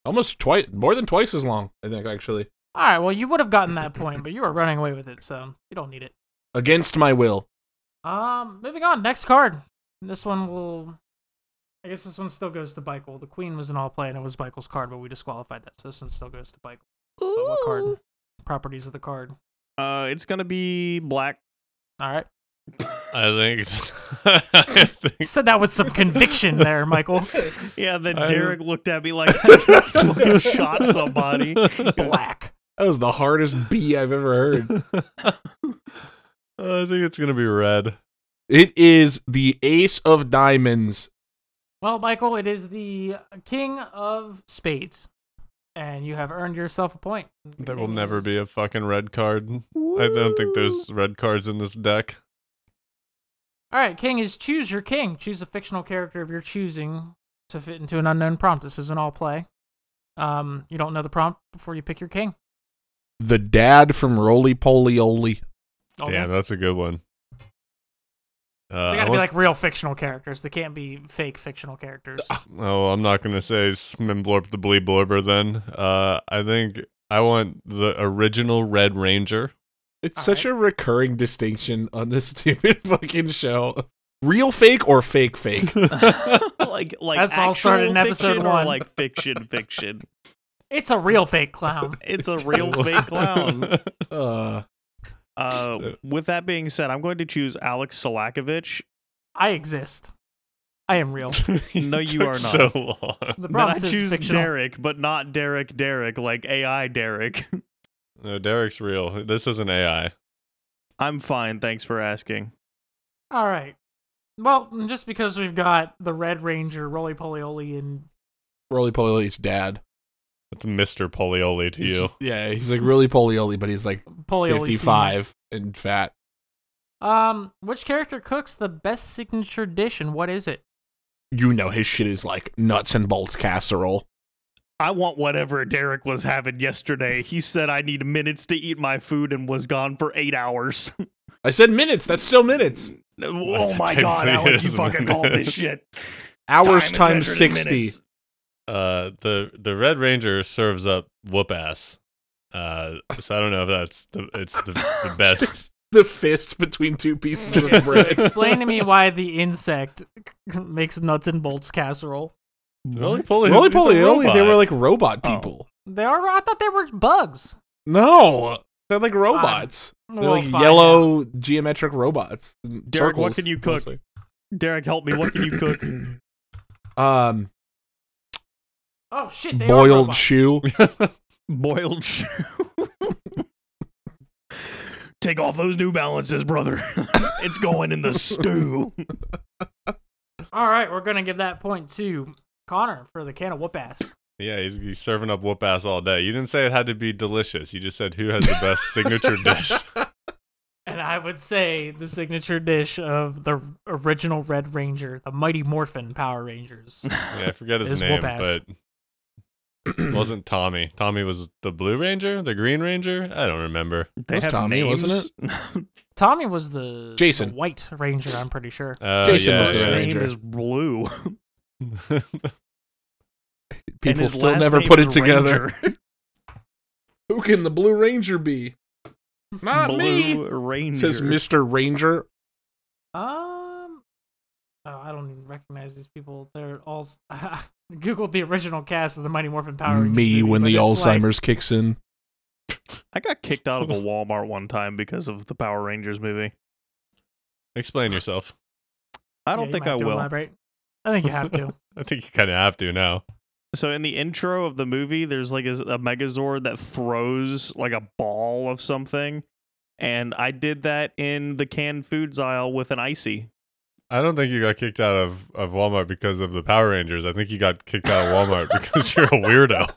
S3: Almost twice, more than twice as long, I think, actually.
S1: All right. Well, you would have gotten that point, but you were running away with it, so you don't need it.
S3: Against my will.
S1: Um, moving on. Next card. And This one will. I guess this one still goes to Michael. The queen was an all play, and it was Michael's card, but we disqualified that, so this one still goes to Michael. But what card? Properties of the card.
S4: Uh, it's gonna be black.
S1: All right.
S2: I think.
S1: [laughs]
S2: [laughs] I think
S1: Said that with some conviction there, [laughs]
S2: [laughs]
S1: Michael.
S4: Yeah, then
S2: I-
S4: Derek looked at me like [laughs] I just fucking
S2: [laughs]
S4: shot [laughs] somebody.
S1: Black.
S3: That was the hardest [laughs] B I've ever heard.
S2: I think it's gonna be red.
S3: It is the Ace of Diamonds.
S1: Well, Michael, it is the king of spades, and you have earned yourself a point.
S2: There will never be a fucking red card. I don't think there's red cards in this deck.
S1: All right, king is choose your king. Choose a fictional character of your choosing to fit into an unknown prompt. This is an all play. Um, you don't know the prompt before you pick your king.
S3: The dad from Roly Poly Oly.
S1: Oh,
S2: Damn,
S1: they
S2: that's a good one. Uh,
S1: they
S2: I
S1: gotta be
S2: want-
S1: like real fictional characters. They can't be fake fictional characters.
S2: oh, I'm not gonna say Smimblorp the Blee Blorber then. Uh, I think I want the original Red
S4: [laughs]
S2: Ranger.
S3: It's
S1: All
S3: such a recurring distinction on this [laughs] stupid fucking show. Real fake or fake [laughs]
S2: [laughs]
S3: fake?
S4: [laughs] like, like
S1: That's all
S4: actual
S1: started in episode
S4: fiction
S1: one.
S4: Or like fiction, fiction.
S1: It's a real fake clown.
S4: It's [laughs] a real fake [laughs] clown.
S3: uh,
S4: Uh, with that being said, I'm going to choose Alex Solakovich.
S1: I exist. I am real.
S4: No, you
S2: Took
S4: are not.
S2: So long.
S1: The
S4: Then I
S1: prompt is
S4: choose
S1: fictional.
S4: Derek, [laughs] but not Derek Derek, like AI Derek.
S2: No, Derek's real. This isn't AI.
S4: I'm fine. Thanks for asking.
S1: All right. Well, just because we've got the Red Ranger, Roly Polioli, and
S3: Roly Polio's dad.
S2: It's Mr. Polioli
S4: [laughs]
S2: to you.
S3: Yeah, he's like really Polioli, but he's like
S1: Polioli. Senior.
S3: 55 and fat.
S1: Um, which character cooks the best signature dish, and what is it?
S3: You know his shit is like nuts and bolts casserole.
S4: I want whatever Derek was having yesterday. He said I need minutes to eat my food and was gone for eight hours. [laughs]
S3: I said minutes. That's still minutes.
S4: oh
S2: that
S4: my god,
S2: technically
S4: Alec, you
S2: is
S4: fucking called this
S2: minutes.
S4: shit.
S3: Hours
S4: Time
S3: times
S4: is measured in
S3: 60.
S4: minutes.
S2: Uh, the the Red Ranger serves up whoop ass. Uh, so I don't know if that's the it's the,
S3: [laughs]
S2: the best.
S3: The fist between two pieces
S4: [laughs]
S1: Yeah,
S3: of
S1: so
S3: bread.
S1: explain to me why the insect [laughs] makes nuts and bolts casserole.
S2: Roly Poly.
S3: Roly
S2: he's a
S3: Polioli, they
S2: robot.
S3: were like robot
S4: Oh.
S3: people.
S1: They are. I thought they were bugs.
S3: No, they're like robots. They're
S1: We'll
S3: like
S1: find out.
S3: yellow geometric robots.
S4: Derek, what can you cook? Derek, help me. What can you
S3: [laughs]
S4: cook?
S3: [clears throat] Um,
S1: Oh shit! They are
S3: boiled
S1: robots.
S4: [laughs]
S3: shoe.
S4: Boiled shoe. Take off those New Balances, brother. [laughs] it's going in the stew.
S1: All right, we're gonna give that point to Connor for the can of whoop ass.
S2: Yeah, he's, he's serving up whoop ass all day. You didn't say it had to be delicious. You just said who has the
S3: [laughs]
S2: best signature dish.
S1: And I would say the signature dish of the original Red Ranger, the Mighty Morphin Power
S3: [laughs]
S1: Rangers.
S2: Yeah, I forget his
S1: It's
S2: name,
S1: whoop-ass.
S2: but it wasn't Tommy. Tommy was the Blue Ranger, the Green Ranger. I don't remember.
S4: They
S3: That's
S4: have
S3: Tommy,
S4: names?
S3: wasn't
S4: [laughs]
S1: Tommy was the
S3: Jason.
S1: the White Ranger, I'm pretty sure.
S2: Uh,
S3: Jason
S2: yeah,
S3: was the
S4: His
S2: yeah.
S4: name
S3: Ranger.
S4: is Blue. And
S3: People
S4: his
S3: still
S4: last
S3: never
S4: name
S3: put
S4: is
S3: it together.
S4: [laughs] Ranger.
S3: [laughs] Who can the Blue Ranger be? Not me.
S4: Blue Ranger.
S3: Says Mr. Ranger.
S1: Um, oh, I don't even recognize these people. They're all. [laughs] I Googled the original cast of the Mighty Morphin Power Rangers.
S3: Me
S1: movie,
S3: when
S1: but
S3: the
S1: it's like-
S3: Alzheimer's kicks
S4: [laughs]
S3: in.
S4: I got kicked out
S2: [laughs]
S4: of a Walmart one time because of the Power Rangers movie.
S2: [laughs] Explain yourself.
S4: I
S1: Yeah,
S4: don't
S1: you
S4: think
S1: might
S4: I
S1: have to
S4: will.
S1: Elaborate. I think you have
S4: [laughs]
S1: to.
S2: I think you kind of have to now.
S4: So in the intro of the movie, there's like a, a Megazord that throws like a ball of something, and I did that in the canned foods aisle with an icy.
S2: I don't think you got kicked out of, of Walmart because of the Power Rangers. I think you got kicked out of Walmart because you're a weirdo.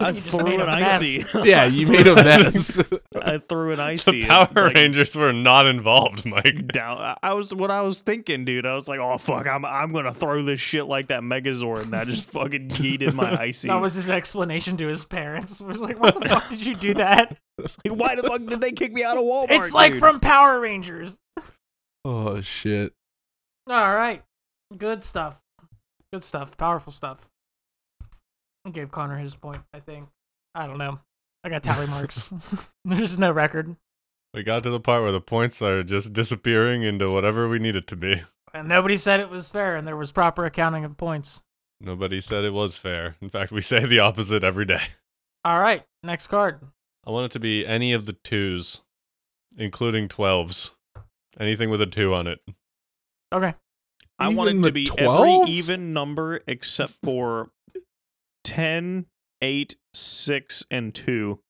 S4: I
S1: You just
S4: threw
S1: made
S4: an
S1: a mess.
S2: [laughs]
S4: icy. [laughs]
S3: Yeah, you made a mess.
S4: I threw an icy.
S2: The Power
S4: like,
S2: Rangers were not involved, Mike.
S4: Down. I- I was what I was thinking, dude. I was like, oh fuck, I'm I'm gonna throw this shit like that Megazord, and
S2: [laughs]
S4: I just fucking yeeted my icy.
S1: That was his explanation to his parents. [laughs] Was like, "What
S4: [laughs]
S1: the fuck did you do that?"
S4: Like, why the fuck did they kick me out of Walmart?
S1: It's like
S4: dude?
S1: from Power Rangers.
S3: [laughs] oh shit.
S1: All right. Good stuff. Good stuff. Powerful stuff. I gave Connor his point, I think. I don't know. I got tally
S4: [laughs]
S1: marks. [laughs] There's no record.
S2: We got to the part where the points are just disappearing into whatever we need it to be.
S1: And nobody said it was fair and there was proper accounting of points.
S2: Nobody said it was fair. In fact, we say the opposite every day.
S1: All right. Next card.
S2: I want it to be any of the twos, including 12s. Anything with a two on it.
S1: Okay.
S4: I want
S3: Even
S4: it
S3: the
S4: to
S3: 12s?
S4: be every even number except for 10, 8, 6, and 2.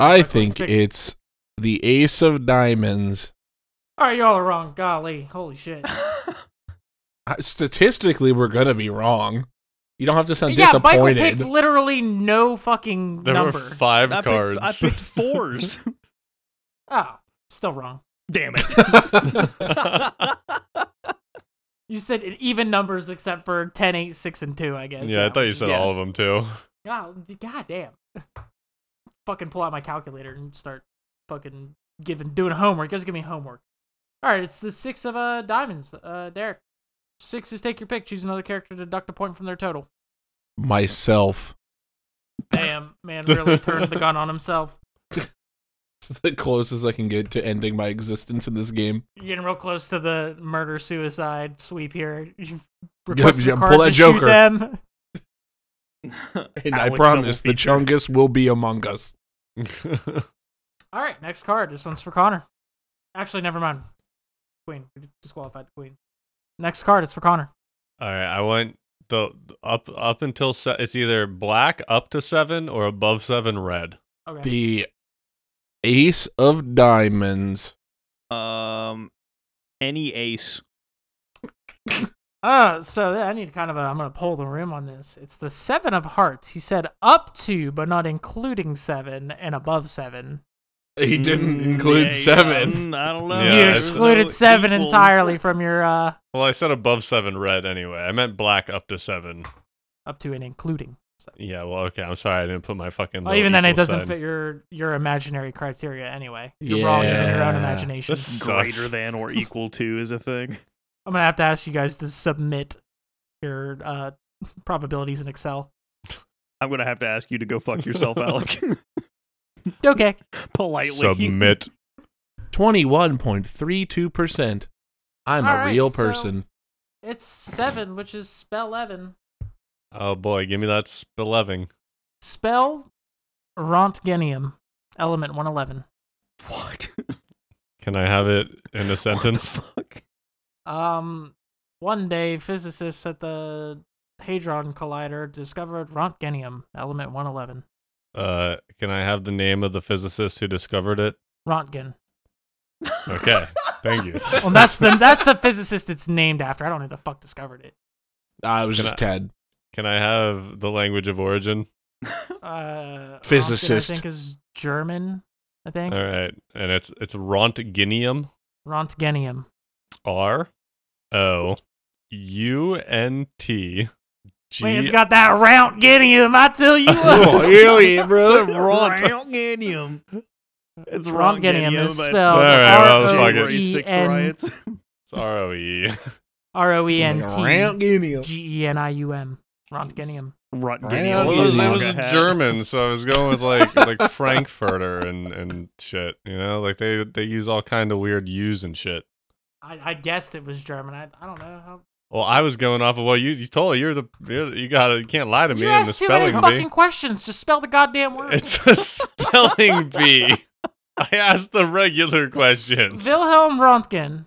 S3: I
S1: Let's
S3: think
S1: pick-
S3: it's the Ace of Diamonds.
S1: All right. Y'all are wrong. Golly. Holy shit.
S3: Uh, Statistically, we're gonna be wrong. You don't have to sound
S1: yeah, Michael
S3: disappointed.
S1: picked literally no fucking
S2: There
S1: number.
S2: were five
S4: I
S2: cards.
S4: Picked, I
S2: [laughs]
S4: picked fours.
S1: oh, still wrong.
S4: Damn it. [laughs]
S1: You said it even numbers except for 10, 8, 6, and 2, I guess.
S2: [laughs] yeah, I thought you
S1: which-
S2: said
S1: yeah.
S2: all of them too.
S1: God, god damn. [laughs] fucking pull out my calculator and start fucking giving doing homework. Just give me homework. All right, it's the six of uh diamonds. Uh, Derek, six is take your pick. Choose another character to deduct a point from their total.
S3: [laughs] Myself.
S1: Damn, man, really turned the gun on himself.
S3: It's the closest I can get to ending my existence in this game.
S1: You're getting real close to the murder suicide sweep here. You've
S3: yeah,
S1: a
S3: pull
S1: card
S3: that
S1: to shoot
S3: Joker.
S1: them.
S3: And I
S4: Alec
S3: promise the
S4: double feature.
S3: Chungus will be among us.
S2: [laughs]
S1: All right, next card. This one's for Connor. Actually, never mind. Queen, we disqualified the queen. Next card is for Connor.
S2: All right, I want the up up until se- it's either black up to seven or above seven red.
S1: Okay.
S3: The Ace of Diamonds.
S5: Um, any ace.
S1: Uh, so I need kind of a. I'm gonna pull the room on this. It's the seven of hearts. He said up to, but not including seven and above seven.
S3: He didn't
S4: Mm,
S3: include
S4: yeah,
S3: seven.
S4: yeah, I don't know.
S2: Yeah,
S1: you
S2: it's-
S1: excluded seven entirely from your uh
S2: Well, I said above seven red anyway. I meant black up to seven.
S1: up to and including.
S2: Yeah, well, okay. I'm sorry. I didn't put my fucking.
S1: Well,
S2: little
S1: even then, it
S2: equal
S1: doesn't
S2: sign.
S1: fit your your imaginary criteria anyway. You're wrong in your own
S3: Yeah.
S1: imagination.
S2: This- Sucks.
S4: Greater than or equal to is a thing.
S1: I'm gonna have to ask you guys to submit your uh [laughs] probabilities in Excel.
S4: I'm gonna have to ask you to go fuck
S2: [laughs]
S4: yourself, Alec, [laughs]
S1: Okay.
S4: politely.
S2: Submit.
S3: Twenty-one point three two percent. I'm
S1: All
S3: a
S1: right,
S3: real
S1: so-
S3: person.
S1: It's seven, which is spell eleven.
S2: Oh boy, give me that spelling.
S1: Spell Rontgenium, element one eleven.
S4: [laughs] What?
S2: Can I have it
S1: [laughs]
S2: in a sentence?
S4: What the fuck?
S1: Um, one day, physicists at the Hadron Collider discovered Rontgenium, element one eleven.
S2: Uh, can I have the name of the physicist who discovered it?
S1: Rontgen.
S2: Okay,
S1: [laughs]
S2: thank you.
S1: Well, that's the that's the physicist it's named after. I don't know who the fuck discovered it.
S3: I was
S2: Can
S3: just
S2: I-
S3: Ted.
S2: Can I have the language of origin?
S1: Uh, Rontgen,
S3: Physicist.
S1: I think is German. I
S2: All
S1: think
S2: right, and it's it's Rontgenium.
S1: Rontgenium.
S2: R O U N T G.
S1: Man, it's
S2: [laughs]
S1: got that Rontgenium. I tell you what.
S3: hell
S1: [laughs]
S3: yeah,
S2: The
S3: brother.
S2: Ront-
S4: Rontgenium. It's
S1: Rontgenium
S4: Rontgenium,
S1: is
S4: but-
S1: spelled
S2: All right, well, let's
S1: R O
S2: fuck it.
S4: January
S1: E
S4: 6th
S1: N
S4: riots.
S2: It's R O E.
S1: [laughs]
S2: [laughs]
S1: R O E N
S3: Round
S1: T
S3: guinea.
S1: G E N I U M. Rontgenium.
S4: Rontgenium.
S3: Well,
S2: Well,
S3: it was-
S2: it
S3: it
S2: was
S3: was
S2: German, so I was going
S1: [laughs]
S2: with like like Frankfurter and and shit. You know, like they they use all kind of weird U's and shit.
S1: I, I guessed it was German. I, I don't know how.
S2: Well, I was going off of well, you you told you're the you're, the- you got to you can't lie to me
S1: You
S2: in the
S1: asked too many
S2: spelling
S1: fucking
S2: bee.
S1: questions. Just spell the goddamn word.
S2: It's a spelling bee. I asked
S1: [laughs]
S2: the regular questions.
S1: Wilhelm Röntgen.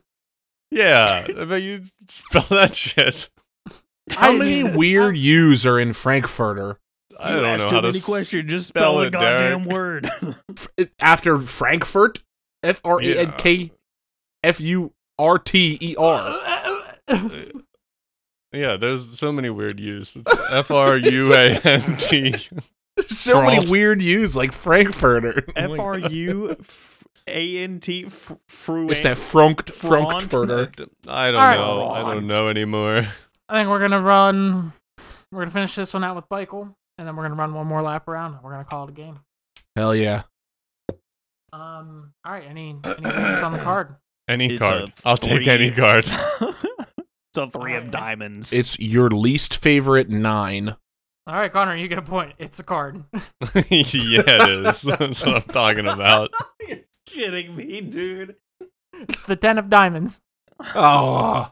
S2: yeah, but you spell that shit.
S3: How
S1: I-
S3: many
S1: [laughs]
S3: weird U's are in Frankfurter?
S2: I
S4: you
S2: don't
S4: asked
S2: know
S4: too
S2: how to
S4: many questions. Just
S2: spell
S4: spell the
S2: it,
S4: goddamn
S2: Derek.
S4: word.
S3: F- After Frankfurt, F R A N K F U R T
S1: [laughs]
S3: E R.
S2: Yeah, there's so many weird U's. It's F R U A N
S4: [laughs]
S2: T.
S3: So many
S2: Front.
S3: weird U's like Frankfurter.
S4: F R U F- A N T f-
S3: [laughs]
S4: fruant.
S3: It's that frunk
S4: Front.
S3: Frankfurter.
S2: I don't
S1: All right.
S2: know. I don't know anymore.
S1: I think we're gonna run. We're gonna finish this one out with Michael, and then we're gonna run one more lap around. and We're gonna call it a game.
S3: Hell yeah.
S1: Um. All right. Any any names on the card?
S2: Any
S4: It's
S2: card.
S4: a
S2: I'll take
S4: three.
S2: any
S4: [laughs]
S2: card. [laughs]
S4: [laughs] it's a three of
S1: Alright.
S4: diamonds.
S3: It's your least favorite nine.
S1: All right, Connor, you get a point. It's a card. [laughs]
S2: yeah, it is. [laughs] That's what I'm talking about.
S4: [laughs] You're kidding me, dude.
S1: It's the ten of diamonds.
S3: Oh,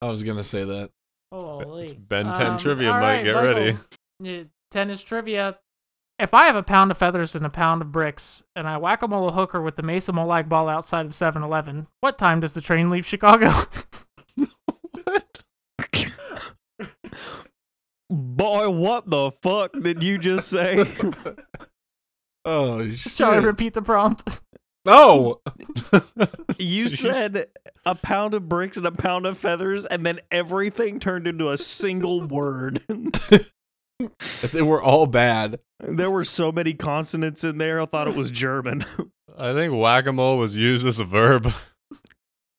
S3: I was gonna say
S1: [laughs]
S3: that. [laughs]
S1: Holy.
S2: It's Ben 10 trivia,
S1: Um, all
S2: Mike. Get ready.
S1: Yeah, Ten is trivia. If I have a pound of feathers and a pound of bricks, and I whack a mole hooker with the Mesa Molag ball outside of 7 Eleven, what time does the train leave Chicago? [laughs]
S4: Boy, what the fuck did you just say? [laughs]
S3: Oh
S1: Shall I
S2: [laughs]
S3: shit!
S1: repeat the prompt?
S3: no,
S4: you said a pound of bricks and a pound of feathers, and then everything turned into a single [laughs] word.
S3: they were all bad.
S4: there were so many consonants in there, I thought it was German. [laughs]
S2: I think whack a mole was used as a verb. [laughs]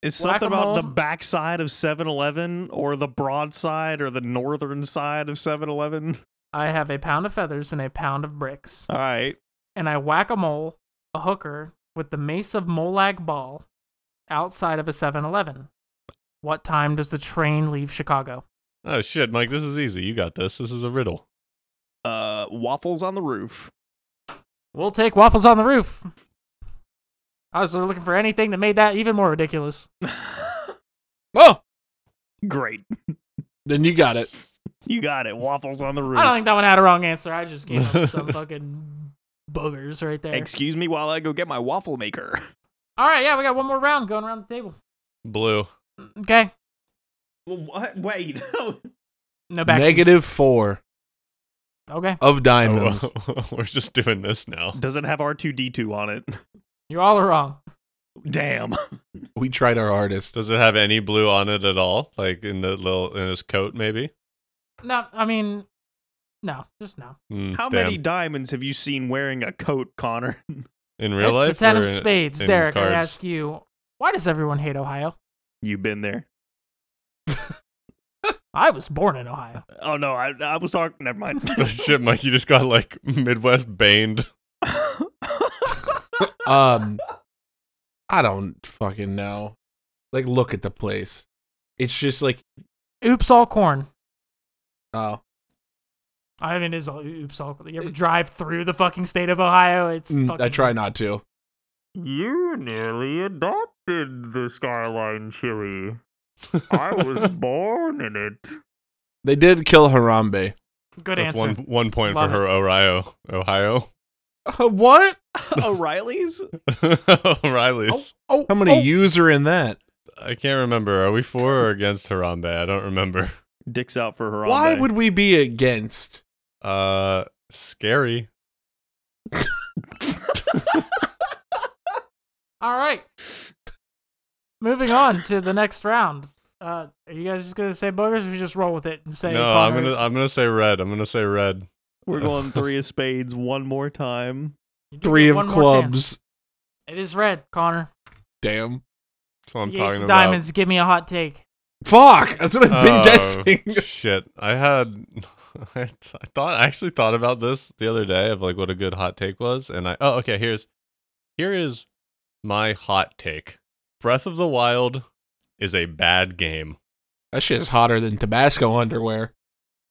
S4: It's something about the
S1: Whack-a-mole.
S4: backside of 7 Eleven or the broadside or the northern side of 7 Eleven.
S1: I have a pound of feathers and a pound of bricks,
S4: All right.
S1: and I whack a mole, a hooker, with the Mesa Molag ball outside of a 7 Eleven. What time does the train leave Chicago?
S2: Oh, shit, Mike. This is easy. You got this. This is a riddle.
S4: Uh, waffles on the roof.
S1: We'll take waffles on the roof. I was looking for anything that made that even more ridiculous.
S3: Oh,
S4: Great.
S3: then you got it.
S4: You got it. Waffles on the
S1: I don't
S4: roof.
S1: think that one had a wrong answer. I just came
S2: [laughs]
S1: up with some fucking boogers right there.
S4: Excuse me while I go get my waffle maker.
S1: All right, yeah, we got one more round going around the table.
S2: Blue.
S1: Okay,
S4: What? Wait.
S1: [laughs] no back.
S3: Negative four.
S1: Okay.
S3: of
S2: Oh,
S3: [laughs] diamonds.
S2: [laughs] we're just doing this now.
S4: Does it have R2D2 on it?
S1: You all are wrong.
S4: Damn.
S3: We tried our hardest.
S2: Does it have any blue on it at all? Like in the little in his coat, maybe.
S1: No, I mean, no, just no.
S3: [laughs]
S2: Mm,
S4: How
S2: damn.
S4: many diamonds have you seen wearing a coat, Connor? [laughs]
S2: in real
S1: it's
S2: life?
S1: the ten
S2: or
S1: of
S2: in-
S1: spades,
S2: in
S1: Derek. I
S2: cards?
S1: ask you, why does everyone hate Ohio?
S4: You've been there.
S1: I was born in Ohio.
S4: Oh no, I I was talking. Never mind.
S3: [laughs]
S2: [laughs] Oh, Shit, Mike, you just got like Midwest baned.
S3: Um, I don't fucking know. Like, look at the place. It's just like,
S1: Oops, all corn.
S3: oh
S1: I mean, it's all oops, all corn. You ever drive through the fucking state of Ohio? It's.
S3: mm,
S1: fucking,
S3: I try not to.
S4: you nearly adopted the skyline chili.
S3: [laughs]
S4: I was born in it.
S3: They did kill Harambe.
S1: Good
S2: That's
S1: answer.
S2: one one point
S1: Love
S2: for her. Ohio, Ohio, [laughs]
S3: Uh, what?
S4: [laughs] O'Reilly's?
S2: O'Reilly's.
S1: Oh,
S3: How many
S1: oh,
S3: U's are in that?
S2: I can't remember. Are we for or against Harambe? I don't remember.
S4: Dicks out for Harambe.
S3: Why would we be against?
S2: Uh, scary.
S1: All right. Moving on to the next round. Uh, are you guys just gonna say boogers, or you just roll with it and say?
S2: no, I'm
S1: Connor?
S2: gonna I'm gonna say red. I'm gonna say red.
S4: We're going three of spades one more time. [laughs]
S1: You do
S3: Three
S1: get
S3: of
S1: one more chance.
S3: clubs.
S1: It is red, Connor.
S3: Damn.
S2: That's what I'm
S1: the ace
S2: talking
S1: of
S2: about.
S1: diamonds. Give me a hot take.
S3: Fuck. That's what I've been
S2: Oh,
S3: guessing. [laughs]
S2: shit, I had [laughs] I, t- I thought I actually thought about this the other day of like what a good hot take was, and I oh okay here's here is my hot take. Breath of the Wild is a bad game.
S3: That shit's hotter than Tabasco underwear.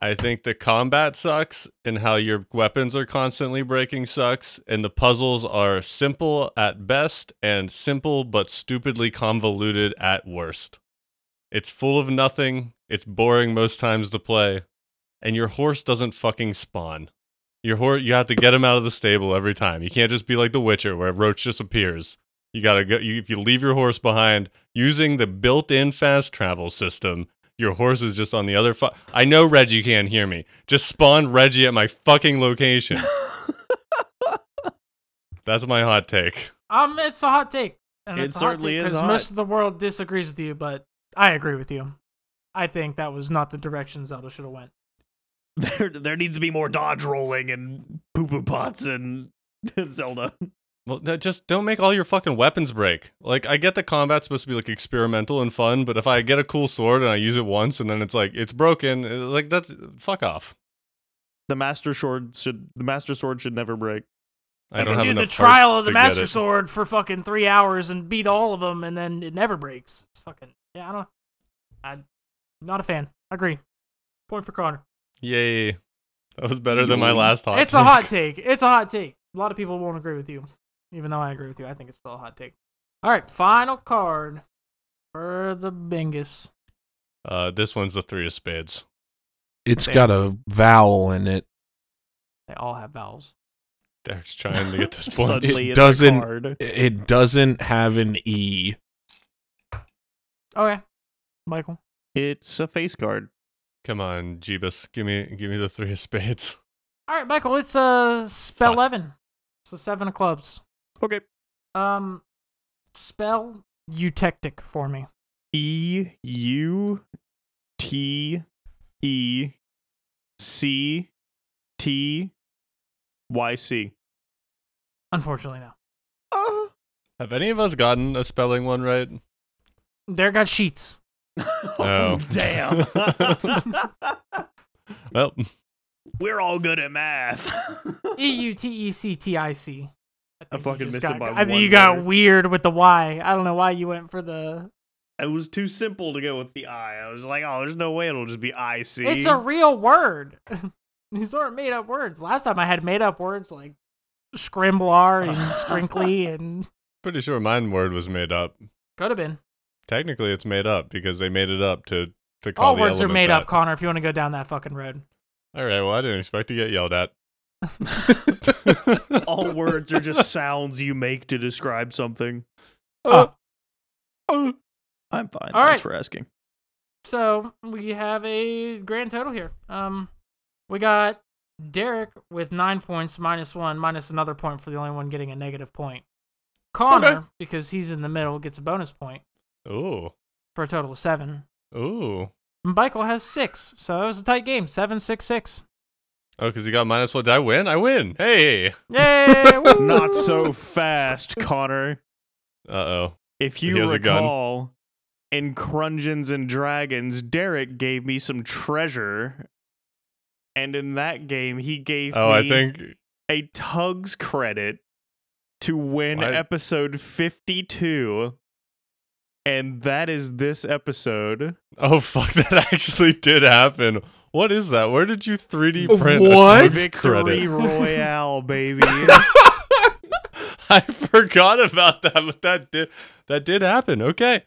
S2: I think the combat sucks and how your weapons are constantly breaking sucks and the puzzles are simple at best and simple but stupidly convoluted at worst. It's full of nothing, it's boring most times to play, and your horse doesn't fucking spawn. Your horse you have to get him out of the stable every time. You can't just be like The Witcher where Roach just appears. You got to go you, if you leave your horse behind using the built-in fast travel system, your horse is just on the other. Fu- I know Reggie can't hear me. Just spawn Reggie at my
S1: [laughs]
S2: fucking location. That's my hot take.
S1: Um, it's a hot take. And
S4: It
S1: it's a hot
S4: certainly
S1: take
S4: is
S1: 'cause
S4: hot.
S1: most of the world disagrees with you, but I agree with you. I think that was not the direction Zelda should have went.
S4: There, there needs to be more dodge rolling and poo poo pots and [laughs] Zelda.
S2: Well, no, just don't make all your fucking weapons break. Like, I get the combat's supposed to be like experimental and fun, but if I get a cool sword and I use it once and then it's like it's broken, uh, like that's fuck off.
S4: The master sword should the master sword should never break.
S2: I
S1: You
S2: don't
S1: can
S2: have
S1: do
S2: enough
S1: the
S2: parts
S1: trial of
S2: to
S1: the
S2: get
S1: Master
S2: it.
S1: Sword for fucking three hours and beat all of them, and then it never breaks. It's fucking yeah. I don't. I'm not a fan. Agree. Point for Connor.
S2: Yay, that was better than my last hot.
S1: it's a hot take. It's a hot take. A lot of people won't agree with you, even though I agree with you. I think it's still a hot take. All right, final card for the Bingus.
S2: Uh, this one's the three of spades.
S3: It's
S1: Damn.
S3: got a vowel in it.
S1: They all have vowels.
S2: Derek's
S1: [laughs]
S2: trying to get
S4: [laughs]
S2: this point.
S4: Suddenly,
S3: It
S4: it's a
S3: doesn't-
S4: card.
S3: I- It doesn't have an E.
S1: Okay, Oh, Michael.
S4: It's a face card.
S2: Come on, Jeebus, give me give me the three [laughs] of spades.
S1: All right, Michael. It's uh spell
S2: Fuck.
S1: eleven. So seven of clubs.
S4: Okay.
S1: Um, spell eutectic for me.
S4: E U T E C T Y C.
S1: Unfortunately, no.
S4: Uh, [laughs]
S2: Have any of us gotten a spelling one right?
S1: There got sheets.
S2: Oh.
S4: [laughs] Damn.
S2: Well,
S4: We're all good at math. [laughs]
S1: E U T E C T I C.
S4: I
S1: think you
S4: fucking
S1: just
S4: missed
S1: got,
S4: it by
S1: I think
S4: one
S1: you got
S4: letter.
S1: weird with the Y. I don't know why you went for the.
S4: it was too simple to go with the I. I was like, oh, there's no way it'll just be I C.
S1: It's a real word. [laughs] These aren't made up words. Last time I had made up words like
S4: [laughs]
S1: scrimblar and scrinkly and
S2: pretty sure mine word was made up.
S1: could have been.
S2: Technically, it's made up because they made it up to to call
S1: All
S2: the
S1: words are
S2: element
S1: made up,
S2: that.
S1: Connor. If you want to go down that fucking road,
S2: All right. Well, I didn't expect to get yelled at.
S4: all words are just sounds you make to describe something.
S1: Oh.
S4: Uh, I'm fine.
S1: All right.
S4: Thanks for asking.
S1: so we have a grand total here. Um, we got Derek with nine points, minus one, minus another point for the only one getting a negative point. Connor, because he's in the middle, gets a bonus point
S2: Ooh.
S1: for a total of seven.
S2: Ooh.
S1: Michael has six, so it was a tight game. Seven, six,
S4: [laughs]
S1: six.
S2: Oh, because he got minus one. Did I win? I win. Hey. Uh
S1: Yay! woo!
S4: Not so fast, Connor.
S2: oh.
S4: If
S2: He
S4: you
S2: has a gun.
S4: recall, in Crungeons and Dragons, Derek gave me some treasure, and in that game, he gave
S2: Oh, I
S4: me
S2: think.
S4: a Tugs credit to win
S2: Why-
S4: episode fifty-two, and that is this episode.
S2: Oh, [laughs] fuck. That actually did happen. What is that? Where did you 3D print
S3: What?
S2: a Tugs
S4: Victory
S2: credit? [laughs]
S4: Royale, baby.
S2: [laughs] I forgot about that, but that did that did happen. Okay.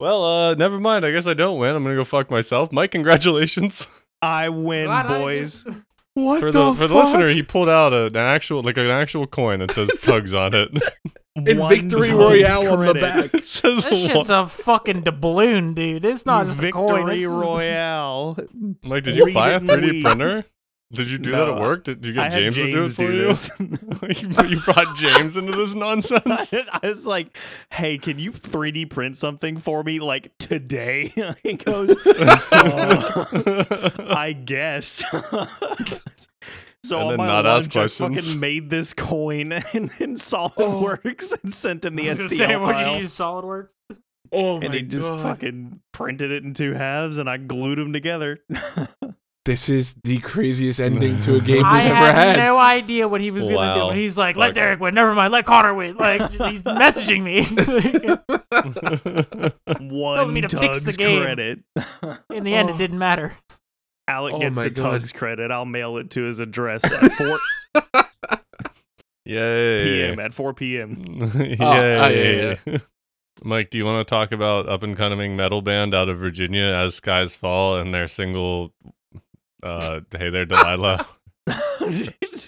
S2: Well, uh, never mind. I guess I don't win. I'm gonna go fuck myself. Mike,
S4: [laughs]
S2: congratulations.
S4: I win,
S1: Glad I
S2: [laughs]
S4: boys.
S1: just-
S3: [laughs] What
S2: for
S3: the,
S2: the, for the
S3: fuck?
S2: listener, he pulled out a, an actual like an actual coin that
S4: [laughs]
S2: says Tugs on it. [laughs]
S3: And
S4: One
S3: Victory
S4: Tugs
S3: Royale on the
S4: credit.
S3: back.
S2: It [laughs] says
S1: This
S2: one.
S1: shit's a
S4: [laughs]
S1: fucking doubloon, dude. It's not just a
S4: Victory
S1: coin. This [laughs] is-
S4: Royale.
S2: Like, did you
S4: We
S2: buy a
S4: didn't
S2: 3D
S4: leave.
S2: printer? Did you do that
S4: No,
S2: at work? Did, did you
S4: I
S2: get
S4: had
S2: James,
S4: James
S2: to do it [laughs] for
S4: do this. [laughs]
S2: you? you? You brought James into this nonsense.
S4: I was like, "Hey, can you 3D print something for me like today?" [laughs] he
S2: [laughs]
S4: goes, "Uh, "I guess." [laughs] so
S2: And
S4: on
S2: then
S4: my
S2: not ask
S4: lunch, I
S2: questions. [laughs]
S4: fucking made this coin [laughs] in, in SolidWorks and sent him the
S1: Oh. I was gonna
S4: STL
S1: say, what did
S4: file,
S1: you use SolidWorks?
S3: Oh my
S4: and he just
S3: god.
S4: fucking printed it in two halves, and I glued
S2: [laughs]
S4: them together.
S3: This is the craziest ending to a game
S1: I
S3: we've ever
S1: had,
S3: had.
S1: no idea what he was
S2: Wow.
S1: gonna do. He's like, let
S2: Like-
S1: Derek win. Never mind. Let Connor win. Like he's messaging me. [laughs]
S2: [laughs]
S4: One
S1: me to
S4: tugs
S1: fix the game.
S4: credit. [laughs]
S1: In the end, it didn't matter.
S4: Alec
S3: Oh
S4: gets
S3: my
S4: the
S3: God.
S4: tugs credit. I'll mail it to
S2: [laughs]
S4: his address at 4
S2: Yay.
S4: p.m. At
S3: [laughs]
S4: 4 p.m.
S2: Yay.
S3: Oh, oh, yeah,
S2: ah, Mike, do you want to talk about up and coming metal band out of Virginia as skies fall and their single uh Hey
S1: [laughs]
S2: There Delilah?
S4: [laughs]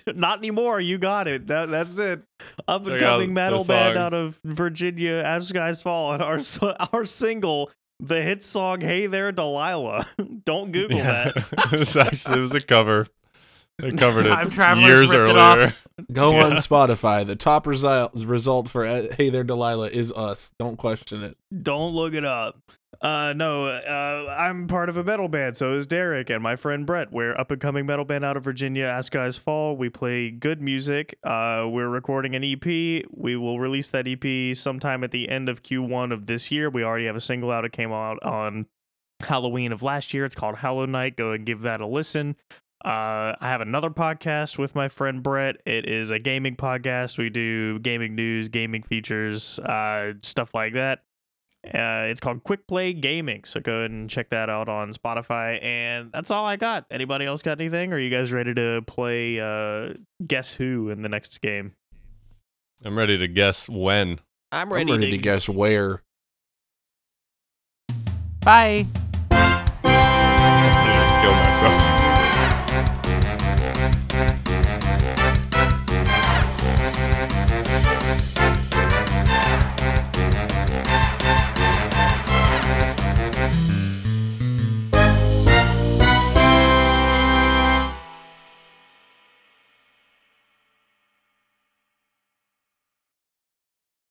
S4: Not anymore. You got it. That, that's it. Up and
S2: Check out
S4: coming metal
S2: the
S4: band
S2: song.
S4: out of Virginia, As Guys Fall, and our [laughs] so- our single, the hit song "Hey There, Delilah." [laughs] Don't Google that.
S2: [laughs] it's actually it was a cover. They covered it
S1: Time travelers
S2: years
S1: ripped it off.
S2: earlier.
S3: [laughs] Go
S2: Yeah.
S3: on Spotify. The top result result for uh, Hey There Delilah is us. Don't question it.
S4: Don't look it up. Uh, no, uh, I'm part of a metal band, so is Derek and my friend Brett. We're up and coming metal band out of Virginia, As Guys Fall. We play good music. Uh, we're recording an EP. We will release that EP sometime at the end of Q1 of this year. We already have a single out. It came out on Halloween of last year. It's called Hallow Night. Go and give that a listen. Uh, I have another podcast with my friend Brett. It is a gaming podcast. We do gaming news, gaming features, uh, stuff like that. Uh, it's called Quick Play Gaming. So go ahead and check that out on Spotify. And that's all I got. Anybody else got anything? Are you guys ready to play uh, Guess Who in the next game?
S2: I'm ready to guess when.
S5: I'm
S3: I'm ready to guess where.
S1: Bye.
S2: I'm gonna kill myself.